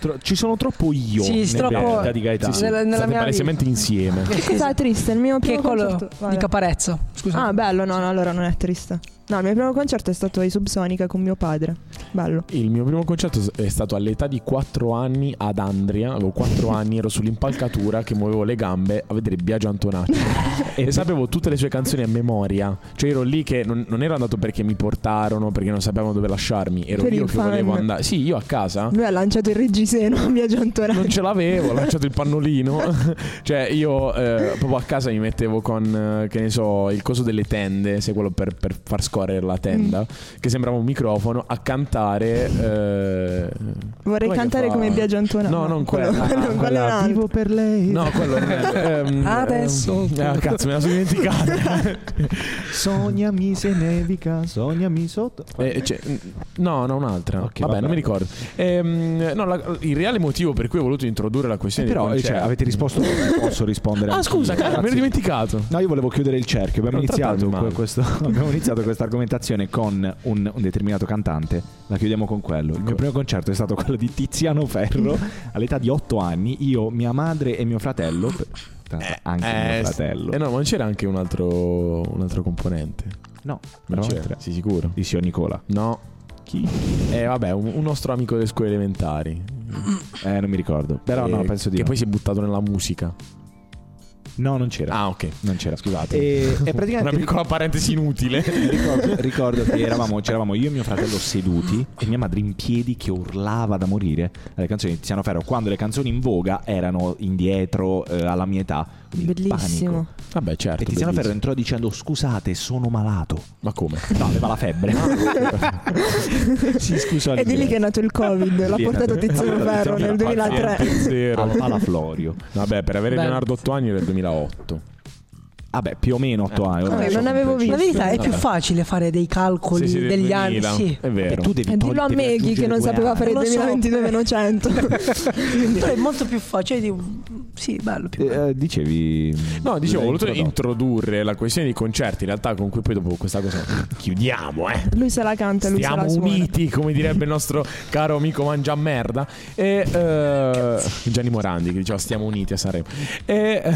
Speaker 4: Tro- ci sono troppo io
Speaker 3: Sì,
Speaker 4: nella
Speaker 3: troppo-
Speaker 4: vita di Gaetano.
Speaker 3: Sì, sì. Nella- nella
Speaker 1: State
Speaker 3: mia
Speaker 1: palesemente insieme.
Speaker 3: *laughs*
Speaker 2: Che cosa è triste? Il mio
Speaker 3: Che
Speaker 2: primo
Speaker 3: è quello
Speaker 2: concerto... Vai,
Speaker 3: di
Speaker 2: vai.
Speaker 3: Caparezza. Scusa.
Speaker 2: Ah, bello, no, no, allora non è triste. No, il mio primo concerto è stato ai Subsonica con mio padre. Bello.
Speaker 1: Il mio primo concerto è stato all'età di 4 anni ad Andria, avevo
Speaker 3: *laughs*
Speaker 1: 4 anni, ero sull'impalcatura che muovevo le gambe a vedere Biagio
Speaker 3: *laughs*
Speaker 1: Antonacci e sapevo tutte le sue canzoni a memoria, cioè ero lì che non, non ero andato perché mi portarono, perché non sapevano dove lasciarmi, ero
Speaker 2: Per
Speaker 1: io che
Speaker 2: infame.
Speaker 1: volevo andare, sì io a casa,
Speaker 2: Lui ha lanciato il seno a via
Speaker 1: Ah. non
Speaker 2: Giantorani.
Speaker 1: ce l'avevo, ho lanciato il pannolino. *laughs* cioè, io eh, proprio a casa mi mettevo con, eh, che ne so, il coso delle tende, se quello per, per far scorrere la tenda, che sembrava un microfono, a cantare. eh,
Speaker 2: Vorrei
Speaker 1: com'è che
Speaker 2: cantare
Speaker 1: fa?
Speaker 2: come Biagio Antonelli.
Speaker 1: No, non quello.
Speaker 2: quello,
Speaker 1: Ah,
Speaker 2: quello è un altro.
Speaker 4: Vivo per lei.
Speaker 1: No, quello non è. ehm,
Speaker 3: Adesso.
Speaker 1: ehm, ah, cazzo, me la sono dimenticata.
Speaker 4: Sognami se nevica, sognami sotto.
Speaker 1: Eh, cioè, mm, no, no, un'altra. vabbè,
Speaker 4: Ok, vabbè.
Speaker 1: non mi ricordo. Ehm, no, la- il reale motivo per cui ho voluto introdurre la questione di
Speaker 4: Però eh, cioè, avete risposto, non posso rispondere.
Speaker 1: Ah,
Speaker 4: anch'io,
Speaker 1: scusa, cazzo, mi
Speaker 4: grazie.
Speaker 1: ero dimenticato.
Speaker 4: No, io volevo chiudere il cerchio. Abbiamo
Speaker 1: Non
Speaker 4: iniziato,
Speaker 1: trattato male.
Speaker 4: que- questo- *laughs* abbiamo iniziato questa argomentazione con un, un determinato cantante. La chiudiamo con quello. Il mio primo concerto è stato quello di
Speaker 1: *laughs*
Speaker 4: Tiziano Ferro all'età di 8 anni. Io, mia madre e mio fratello. per- tra l'altro Anche mio fratello.
Speaker 1: Eh no, ma non c'era anche un altro, un altro componente.
Speaker 4: No,
Speaker 1: Non
Speaker 4: eravamo
Speaker 1: c'era.
Speaker 4: tre.
Speaker 1: Sì, sicuro.
Speaker 4: Di Sio Nicola.
Speaker 1: No. Chi? Eh, vabbè, un, un nostro amico delle scuole elementari.
Speaker 4: Eh, non mi ricordo. Però
Speaker 1: Eh,
Speaker 4: no, penso di
Speaker 1: Che
Speaker 4: no.
Speaker 1: poi si è buttato nella musica.
Speaker 4: No, non c'era.
Speaker 1: Ah, ok.
Speaker 4: Non c'era,
Speaker 1: Scusate.
Speaker 4: E, *laughs* e
Speaker 1: Una
Speaker 4: praticamente
Speaker 1: piccola parentesi inutile. *laughs*
Speaker 4: ricordo, ricordo che eravamo, c'eravamo io e mio fratello seduti e mia madre in piedi che urlava da morire alle canzoni di Tiziano Ferro quando le canzoni in voga erano indietro eh, alla mia età. Quindi il
Speaker 2: Bellissimo.
Speaker 4: panico.
Speaker 1: vabbè, certo.
Speaker 4: E Tiziano
Speaker 1: bellissimo.
Speaker 4: Ferro entrò dicendo scusate sono malato.
Speaker 1: Ma come?
Speaker 4: No, aveva la febbre.
Speaker 1: Ah,
Speaker 4: *laughs* si scusò.
Speaker 2: È di lì che è nato il Covid, l'ha
Speaker 4: Sì, è
Speaker 2: portato
Speaker 4: nato-
Speaker 2: Tiziano
Speaker 4: l'ha portato
Speaker 2: Ferro nel
Speaker 4: Tiziano Ferro.
Speaker 2: 2003.
Speaker 1: Zero.
Speaker 4: Al Pala Florio.
Speaker 1: Vabbè, per avere
Speaker 3: Ah, Beh.
Speaker 1: Leonardo 8 anni era il 2008.
Speaker 4: Vabbè, più o meno 8
Speaker 2: Eh,
Speaker 4: anni.
Speaker 2: Vabbè,
Speaker 4: ormai
Speaker 2: non
Speaker 4: sono
Speaker 2: avevo
Speaker 4: compreso.
Speaker 3: La
Speaker 2: visto.
Speaker 3: verità è
Speaker 2: Vabbè.
Speaker 3: più facile fare dei calcoli
Speaker 1: Sì, sì, del
Speaker 3: degli
Speaker 1: 2000.
Speaker 3: anni. Sì.
Speaker 1: È
Speaker 4: E
Speaker 1: vero.
Speaker 4: tu devi
Speaker 2: Eh, Dillo a
Speaker 4: toglierti-
Speaker 2: Meghi che
Speaker 4: aggiungere
Speaker 2: non
Speaker 4: due
Speaker 2: sapeva
Speaker 4: anni.
Speaker 2: fare il
Speaker 3: Lo so.
Speaker 2: 2022 meno 100.
Speaker 3: Però è molto più facile. di- Sì, bello. Più bello.
Speaker 4: Eh, eh, dicevi
Speaker 1: No, dicevo, ho voluto
Speaker 4: l'hai introdotto.
Speaker 1: introdurre la questione dei concerti, in realtà con cui poi dopo questa
Speaker 3: *laughs*
Speaker 1: cosa chiudiamo, eh.
Speaker 2: Lui se la canta, lui
Speaker 1: Siamo
Speaker 2: se la suona.
Speaker 1: uniti, come direbbe il nostro caro amico Mangia Merda. E, eh, Gianni Morandi che diceva stiamo uniti a Sanremo. E, eh,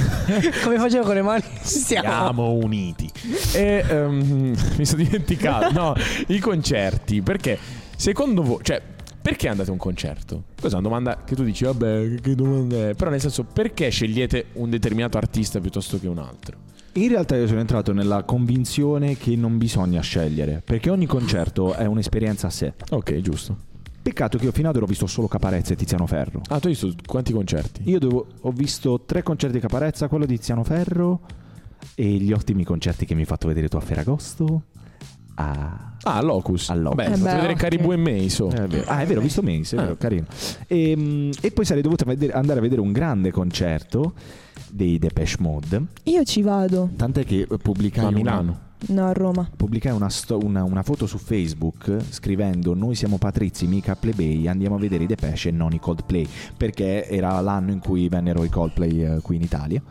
Speaker 3: Come facevo con le mani? Stiamo.
Speaker 1: siamo uniti. E ehm, mi sono dimenticato. No, i concerti. Perché secondo voi, cioè, perché andate a un concerto? Questa è una domanda che tu dici, vabbè, che- che domanda è? Però nel senso, perché scegliete un determinato artista piuttosto che un altro?
Speaker 4: In realtà io sono entrato nella convinzione che non bisogna scegliere, perché ogni concerto è un'esperienza a sé.
Speaker 1: Ok, giusto.
Speaker 4: Peccato che io fino ad ora ho visto solo Caparezza e Tiziano Ferro.
Speaker 1: Ah, tu hai visto quanti concerti?
Speaker 4: Io dovevo- ho visto tre concerti di Caparezza, quello di Tiziano Ferro e gli ottimi concerti che mi hai fatto vedere tu a Ferragosto. Ah,
Speaker 1: Ah, Locus.
Speaker 4: A Locus.
Speaker 1: Vabbè,
Speaker 4: Eh
Speaker 1: ho fatto
Speaker 2: beh,
Speaker 1: vedere
Speaker 2: ok.
Speaker 1: Caribou e Meiso.
Speaker 4: è vero, ah, è vero, ho visto Mace, è
Speaker 1: Ah.
Speaker 4: vero, carino. Ehm, E, poi sarei dovuto vedere- andare a vedere un grande concerto dei Depeche Mode,
Speaker 2: Io ci vado,
Speaker 4: tant'è che pubblicai
Speaker 1: A
Speaker 4: una-
Speaker 1: Milano.
Speaker 2: no a Roma.
Speaker 4: pubblicai una, sto- una- una foto su Facebook scrivendo noi siamo patrizi mica plebei andiamo a vedere i Depeche e non i Coldplay perché era l'anno in cui vennero i Coldplay eh, qui in Italia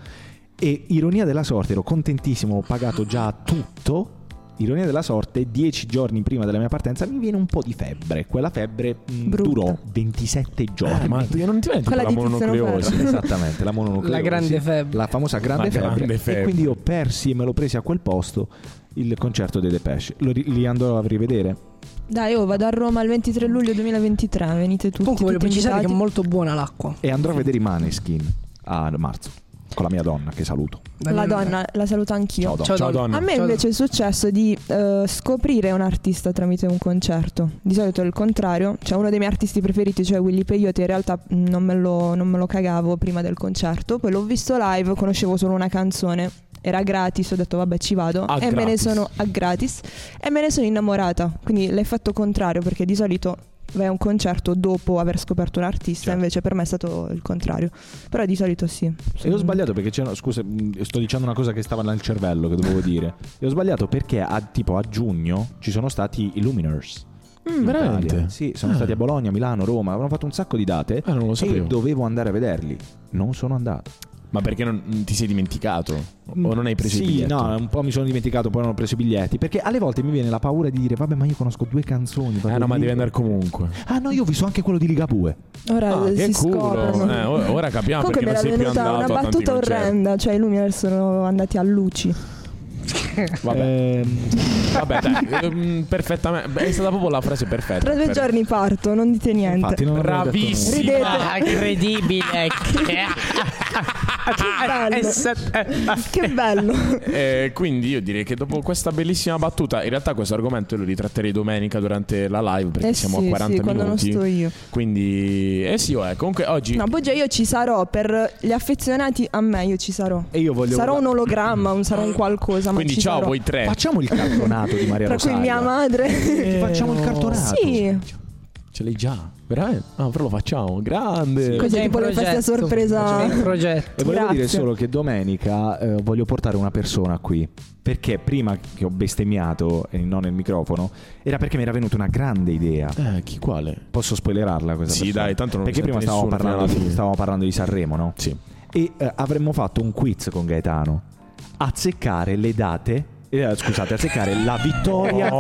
Speaker 4: e ironia della sorte ero contentissimo ho pagato già tutto Ironia della sorte, dieci giorni prima della mia partenza mi viene un po' di febbre. Quella febbre mh,
Speaker 2: Brutta.
Speaker 4: durò 27 giorni.
Speaker 1: Cioè, Eh, ma io non ti metti
Speaker 2: Eh, Quella
Speaker 1: la
Speaker 2: di Tiziano
Speaker 1: mononucleosi. Esatto.
Speaker 4: Esattamente, la mononucleosi.
Speaker 3: La grande febbre.
Speaker 4: La famosa grande,
Speaker 1: La grande
Speaker 4: febbre.
Speaker 1: febbre.
Speaker 4: E quindi io persi e me lo presi a quel posto il concerto dei Depeche. Lo, ri- li andrò a rivedere.
Speaker 2: Dai, io vado a Roma il 23 luglio 2023, venite tutti.
Speaker 3: Comunque voglio
Speaker 2: tutti
Speaker 3: precisare che è
Speaker 2: invitati.
Speaker 3: molto buona l'acqua.
Speaker 4: E andrò a vedere i Maneskin a marzo. Con la mia donna, che saluto.
Speaker 2: La donna, la saluto anch'io.
Speaker 4: Ciao, donna.
Speaker 3: Ciao,
Speaker 1: Ciao,
Speaker 3: donna.
Speaker 1: donna.
Speaker 2: A me
Speaker 3: Ciao.
Speaker 2: invece è successo di eh, scoprire un artista tramite un concerto. Di solito è il contrario. Cioè, uno dei miei artisti preferiti, cioè Willy Peyote, in realtà mh, non me, lo, non me lo cagavo prima del concerto. Poi l'ho visto live, conoscevo solo una canzone. Era gratis, ho detto vabbè ci vado.
Speaker 1: Ah,
Speaker 2: e me ne
Speaker 1: gratis.
Speaker 2: sono a gratis. E me ne sono innamorata. Quindi l'effetto contrario, perché di solito vai a un concerto dopo aver scoperto un artista,
Speaker 1: Certo.
Speaker 2: invece per me è stato il contrario. Però di solito sì.
Speaker 4: E ho sbagliato perché c'era. Scusa, mh, sto dicendo una cosa che stava nel cervello che dovevo dire. E ho sbagliato perché, a- tipo, a giugno ci sono stati i Luminers.
Speaker 2: Mm,
Speaker 4: in
Speaker 1: Mm, veramente?
Speaker 4: Italia. Sì, sono
Speaker 1: Ah.
Speaker 4: stati a Bologna, Milano, Roma. Avevano fatto un sacco di date.
Speaker 1: Ah, non lo
Speaker 4: e
Speaker 1: sapevo.
Speaker 4: dovevo andare a vederli. Non sono andato.
Speaker 1: Ma perché non ti sei dimenticato?
Speaker 2: Mm,
Speaker 1: O non hai preso
Speaker 4: sì,
Speaker 1: il biglietto?
Speaker 4: no, un po' mi sono dimenticato, poi non ho preso i biglietti. Perché alle volte mi viene la paura di dire, vabbè, ma io conosco due canzoni.
Speaker 1: Eh
Speaker 4: vado
Speaker 1: no, ma
Speaker 4: lì".
Speaker 1: devi andare comunque.
Speaker 4: Ah no, io ho visto anche quello di Ligabue.
Speaker 2: Ora
Speaker 1: Ah,
Speaker 2: Eh, si
Speaker 1: che culo.
Speaker 2: scoprono.
Speaker 1: Eh, o- ora capiamo
Speaker 2: Comunque
Speaker 1: perché
Speaker 2: mi era
Speaker 1: non sei più
Speaker 2: venuta
Speaker 1: andato
Speaker 2: una
Speaker 1: a tanti
Speaker 2: battuta
Speaker 1: concerti. Eh,
Speaker 2: orrenda, cioè i Luminar sono andati a luci.
Speaker 1: Vabbè,
Speaker 4: Ehm,
Speaker 2: Eh.
Speaker 1: vabbè, dai, ehm, perfettamente. Beh, È stata proprio la frase perfetta.
Speaker 2: Tra due
Speaker 1: Per-
Speaker 2: giorni parto, non dite niente.
Speaker 4: Infatti, non avevo detto nulla.
Speaker 3: *laughs*
Speaker 1: Bravissima.
Speaker 2: Ridete.
Speaker 7: incredibile.
Speaker 3: Ah,
Speaker 2: bello. *laughs* Che bello.
Speaker 1: *laughs* Eh, quindi io direi che dopo questa bellissima battuta, in realtà questo argomento lo ritratterei domenica durante la live perché
Speaker 2: Eh
Speaker 1: siamo
Speaker 2: sì,
Speaker 1: a
Speaker 2: sì,
Speaker 1: 40
Speaker 2: quando non
Speaker 1: minuti.
Speaker 2: sto io.
Speaker 1: Quindi, eh sì, oh, eh, comunque oggi
Speaker 2: No, poi già io ci sarò per gli affezionati a me, io ci sarò.
Speaker 4: E io voglio.
Speaker 2: Sarò un ologramma, un- sarò un qualcosa. Ma
Speaker 1: Quindi
Speaker 2: ci
Speaker 1: ciao a
Speaker 2: sarò.
Speaker 1: voi tre.
Speaker 4: Facciamo il cartonato di Maria
Speaker 2: Tra cui
Speaker 4: Rosaria.
Speaker 2: mia madre.
Speaker 4: Ti facciamo il cartonato.
Speaker 2: sì.
Speaker 1: Ce l'hai già? Veramente? Ah, però lo facciamo. Grande.
Speaker 2: Così
Speaker 3: È in
Speaker 2: tipo le feste a
Speaker 3: progetto.
Speaker 2: sorpresa.
Speaker 3: È in progetto.
Speaker 4: E volevo dire
Speaker 2: Grazie.
Speaker 4: solo che domenica eh, voglio portare una persona qui. Perché prima che ho bestemmiato e non nel microfono, era perché mi era venuta una grande idea.
Speaker 1: Eh, chi quale?
Speaker 4: Posso spoilerarla questa
Speaker 1: Sì,
Speaker 4: persona?
Speaker 1: dai, tanto non lo
Speaker 4: Perché prima
Speaker 1: sente
Speaker 4: stavamo
Speaker 1: nessuno,
Speaker 4: parlando,
Speaker 1: fino alla
Speaker 4: di,
Speaker 1: fine.
Speaker 4: stavamo parlando di Sanremo, no?
Speaker 1: Sì.
Speaker 4: E eh, avremmo fatto un quiz con Gaetano. Azzeccare le date. eh, scusate, azzeccare la
Speaker 1: *laughs*
Speaker 4: vittoria.
Speaker 2: Ma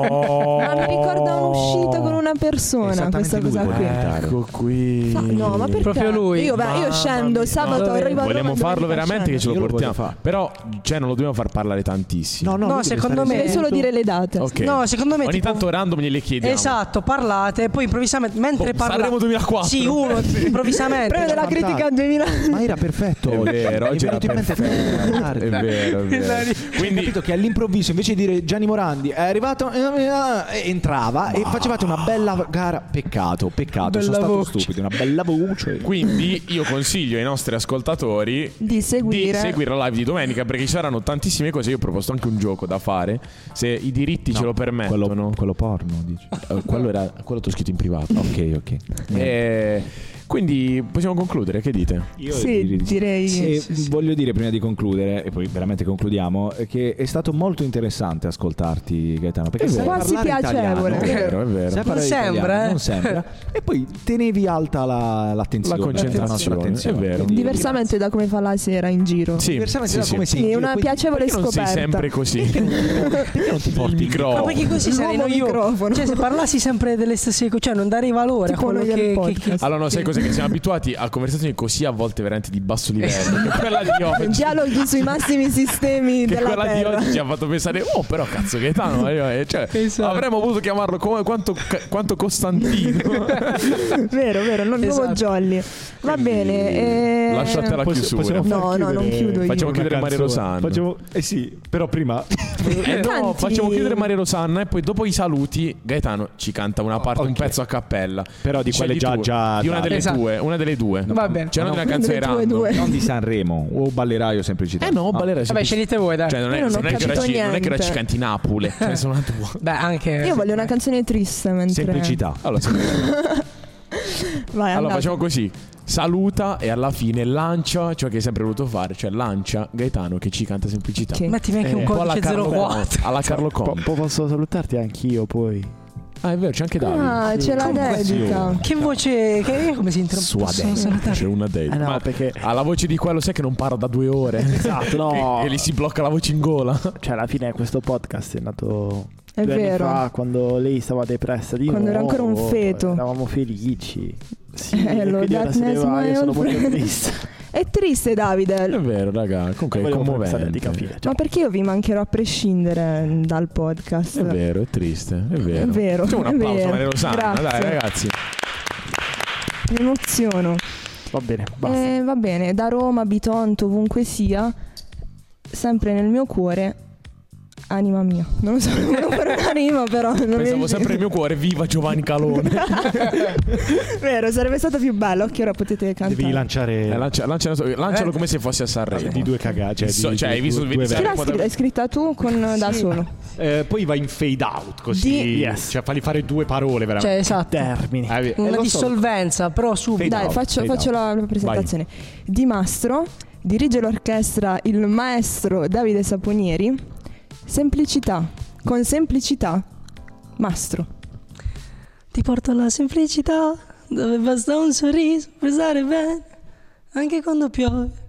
Speaker 2: Ah, mi ricorda
Speaker 1: Oh.
Speaker 2: un'uscita con una persona, questa
Speaker 4: Esattamente lui
Speaker 2: cosa
Speaker 4: vuole
Speaker 2: qui.
Speaker 4: dire.
Speaker 1: Ecco qui.
Speaker 2: Fa- no, ma perché?
Speaker 3: Proprio lui.
Speaker 2: Io, va- io
Speaker 1: Mamma
Speaker 2: scendo
Speaker 1: mia.
Speaker 2: sabato,
Speaker 3: Dove-
Speaker 2: arrivo a Roma
Speaker 1: Vogliamo
Speaker 2: domenica
Speaker 1: farlo veramente che
Speaker 2: scendo.
Speaker 1: ce lo
Speaker 4: Io lo voglio
Speaker 1: portiamo.
Speaker 4: fare.
Speaker 1: Però, cioè, non lo dobbiamo far parlare tantissimo.
Speaker 4: no,
Speaker 3: No,
Speaker 4: lui deve
Speaker 3: secondo
Speaker 4: stare
Speaker 3: me-
Speaker 2: Deve solo dire le date.
Speaker 1: Ok.
Speaker 3: No, secondo me
Speaker 1: Ogni
Speaker 3: tipo-
Speaker 1: tanto random gliele chiediamo.
Speaker 3: Esatto, parlate, poi improvvisamente mentre
Speaker 1: Boh,
Speaker 3: parlate
Speaker 1: Sanremo 2004.
Speaker 3: Sì, uno improvvisamente.
Speaker 2: Premio della
Speaker 4: fantastico.
Speaker 2: critica 2000.
Speaker 4: Ma era perfetto.
Speaker 1: È
Speaker 4: oggi.
Speaker 1: vero, oggi
Speaker 4: Mi è venuto
Speaker 1: era
Speaker 4: in mente
Speaker 1: perfetto.
Speaker 4: tardi.
Speaker 1: È vero, è vero.
Speaker 4: Quindi
Speaker 1: Quindi
Speaker 4: capito che all'improvviso invece di dire Gianni Morandi è arrivato eh, eh, entrava e facevate una bella gara peccato peccato
Speaker 3: Bella
Speaker 4: sono stato
Speaker 3: voce.
Speaker 4: stupido una bella voce
Speaker 1: Quindi io consiglio ai nostri ascoltatori
Speaker 2: Di seguire.
Speaker 1: di seguire la live di domenica perché ci saranno tantissime cose. Io ho proposto anche un gioco da fare, se i diritti ce lo permettono.
Speaker 4: quello, quello porno dici
Speaker 1: Eh, quello era quello t'ho scritto in privato.
Speaker 4: ok ok
Speaker 1: Eh, quindi possiamo concludere, che dite?
Speaker 2: Sì, direi.
Speaker 4: E voglio dire prima di concludere, e poi veramente concludiamo, eh, che è stato molto interessante ascoltarti, Gaetano. Perché
Speaker 2: È
Speaker 4: sai
Speaker 2: vero. Quasi
Speaker 4: parlare
Speaker 2: piacevole.
Speaker 4: italiano,
Speaker 2: È
Speaker 1: vero, è vero.
Speaker 4: Sai
Speaker 3: Non
Speaker 4: parlare italiano,
Speaker 3: sembra, eh.
Speaker 4: non sembra. E poi tenevi alta la,
Speaker 1: La
Speaker 4: l'attenzione,
Speaker 1: concentrazione,
Speaker 4: nostra
Speaker 1: è vero.
Speaker 4: Quindi-
Speaker 2: Diversamente da come fa la sera in giro.
Speaker 1: Sì,
Speaker 4: Diversamente
Speaker 1: sì,
Speaker 4: da
Speaker 1: sì.
Speaker 4: come
Speaker 2: Sì,
Speaker 4: sei
Speaker 2: è una
Speaker 4: Quindi-
Speaker 2: piacevole
Speaker 1: Perché non sei
Speaker 2: scoperta.
Speaker 1: sempre così.
Speaker 4: perché
Speaker 2: *laughs*
Speaker 4: non ti porti
Speaker 1: Il
Speaker 4: il
Speaker 1: microfono.
Speaker 3: Ma perché così sarei
Speaker 2: Nuovo
Speaker 3: noioso.
Speaker 2: microfono.
Speaker 3: Cioè, se parlassi sempre delle stesse cose, cioè non darei valore
Speaker 2: Tipo
Speaker 3: a quello
Speaker 2: noi del
Speaker 3: che, che-
Speaker 2: podcast.
Speaker 1: Allora, no, sai cos'è che siamo abituati a conversazioni così a volte veramente di basso livello. Che quella di oggi. *laughs*
Speaker 2: Dialoghi sui massimi sistemi
Speaker 1: Che
Speaker 2: della
Speaker 1: quella di
Speaker 2: terra.
Speaker 1: oggi ci ha fatto pensare, oh però cazzo Gaetano, eh, cioè,
Speaker 3: Esatto.
Speaker 1: avremmo potuto chiamarlo come, quanto, ca- quanto Costantino.
Speaker 2: *laughs* vero, vero, non nuovo
Speaker 3: Esatto.
Speaker 2: Jolly. Va
Speaker 1: Quindi,
Speaker 2: bene. eh,
Speaker 1: lasciate la chiusura.
Speaker 2: No, no, non chiudo io.
Speaker 1: Facciamo chiudere Maria Rosanna.
Speaker 5: Facciamo, eh sì,
Speaker 4: *laughs*
Speaker 5: però prima
Speaker 1: Eh no,
Speaker 2: Canti.
Speaker 1: facciamo chiudere Maria Rosanna e poi dopo i saluti Gaetano ci canta una parte, un pezzo a cappella.
Speaker 5: Però di
Speaker 1: Scegli
Speaker 5: quelle già-
Speaker 1: tu,
Speaker 5: già
Speaker 1: Di una
Speaker 5: date.
Speaker 1: delle
Speaker 3: Esatto.
Speaker 1: due, una delle due.
Speaker 3: Va bene.
Speaker 1: C'è
Speaker 4: Ma
Speaker 1: una
Speaker 4: no,
Speaker 1: canzone
Speaker 2: delle tue
Speaker 1: random.
Speaker 2: due.
Speaker 4: non di Sanremo o ballerai o semplicità.
Speaker 1: Eh no, ballerei
Speaker 3: Vabbè,
Speaker 1: semplici-
Speaker 3: scegliete voi, dai.
Speaker 1: Cioè, non è,
Speaker 2: Io non ho
Speaker 1: non è che ora
Speaker 2: capito
Speaker 1: ci, non è che ora
Speaker 2: niente.
Speaker 1: ci canti *laughs* Napoli. Ce ne Eh, sono una tua.
Speaker 3: Beh, anche
Speaker 2: Io voglio una canzone triste mentre
Speaker 4: Semplicità.
Speaker 1: Allora,
Speaker 2: *laughs*
Speaker 1: sì.
Speaker 2: Eh,
Speaker 1: Allora,
Speaker 2: Vai, andate.
Speaker 1: facciamo così. Saluta e alla fine lancia ciò che hai sempre voluto fare, cioè lancia Gaetano che ci canta semplicità.
Speaker 2: Che-
Speaker 3: Mettimi anche
Speaker 1: Eh,
Speaker 3: un
Speaker 1: po' alla
Speaker 3: codice
Speaker 1: Carlo
Speaker 3: 04.
Speaker 1: Alla Carlo
Speaker 5: po-
Speaker 1: Conte.
Speaker 5: po- posso salutarti anch'io poi.
Speaker 1: Ah, è vero, c'è anche Davide.
Speaker 2: Ah, ce la dedica.
Speaker 3: Che voce, che, come si
Speaker 1: Sua Cioè,
Speaker 3: interrompe? Sono
Speaker 1: dedica.
Speaker 3: salutare.
Speaker 1: C'è una
Speaker 2: Ah,
Speaker 1: dedica.
Speaker 5: Eh no,
Speaker 1: Ma
Speaker 5: perché
Speaker 1: alla voce di quello sai che non parla da due
Speaker 2: *laughs*
Speaker 1: ore. *laughs*
Speaker 5: esatto, no.
Speaker 1: E gli si blocca la voce in gola.
Speaker 5: Cioè alla fine questo podcast è nato
Speaker 2: È
Speaker 5: due anni
Speaker 2: vero.
Speaker 5: fa quando lei stava depressa di
Speaker 2: Quando era
Speaker 5: nuovo, cioè,
Speaker 2: ancora un feto.
Speaker 5: Eravamo felici. Sì,
Speaker 2: Hello,
Speaker 5: e quindi ora se ne
Speaker 2: darkness,
Speaker 5: va,
Speaker 2: my
Speaker 5: io sono
Speaker 2: old
Speaker 5: molto
Speaker 2: friend.
Speaker 5: triste.
Speaker 2: È triste,
Speaker 1: È
Speaker 2: Davide.
Speaker 1: vero, raga. Comunque è
Speaker 5: Volevo pensare
Speaker 1: commovente.
Speaker 5: di capire. Ciao.
Speaker 2: Ma perché io vi mancherò a prescindere mm, dal podcast?
Speaker 1: È vero, è triste. È vero.
Speaker 2: È vero,
Speaker 1: Facciamo un
Speaker 2: è
Speaker 1: applauso,
Speaker 2: vero.
Speaker 1: Maria Rosanna. Dai,
Speaker 2: Grazie.
Speaker 1: ragazzi.
Speaker 2: Mi emoziono.
Speaker 5: Cioè, Va bene, basta.
Speaker 2: Eh, va bene, da Roma, Bitonto, ovunque sia, sempre nel mio cuore, anima mia. Non lo so, *laughs* non per un'anima però. Non mi
Speaker 1: Pensavo
Speaker 2: viene.
Speaker 1: sempre nel mio cuore, viva
Speaker 2: *laughs*
Speaker 1: Giovanni Calone.
Speaker 2: Vero, sarebbe stato più bello che ora potete cantare.
Speaker 5: Devi lanciare
Speaker 1: Eh, lancia- lancia- lancialo come se fosse a Sanremo.
Speaker 5: di due cagate. Cioè,
Speaker 1: So-
Speaker 5: di-
Speaker 1: cioè,
Speaker 5: di
Speaker 1: hai visto
Speaker 5: due-
Speaker 1: il
Speaker 5: due
Speaker 2: Chi l'ha
Speaker 1: Sanremo
Speaker 2: scritta? È scritta tu con da solo.
Speaker 7: Eh, poi va in fade out così,
Speaker 2: Di-
Speaker 5: Yes.
Speaker 7: cioè fagli fare due parole veramente.
Speaker 3: Cioè, esatto.
Speaker 5: termini.
Speaker 7: Ah, eh,
Speaker 3: Una
Speaker 7: lo so.
Speaker 3: dissolvenza, però subito.
Speaker 2: Dai, faccio, faccio la la presentazione. Di Mastro dirige l'orchestra il maestro Davide Saponieri. Semplicità, con semplicità, Mastro.
Speaker 8: Ti porto alla semplicità, dove basta un sorriso per stare bene, anche quando piove.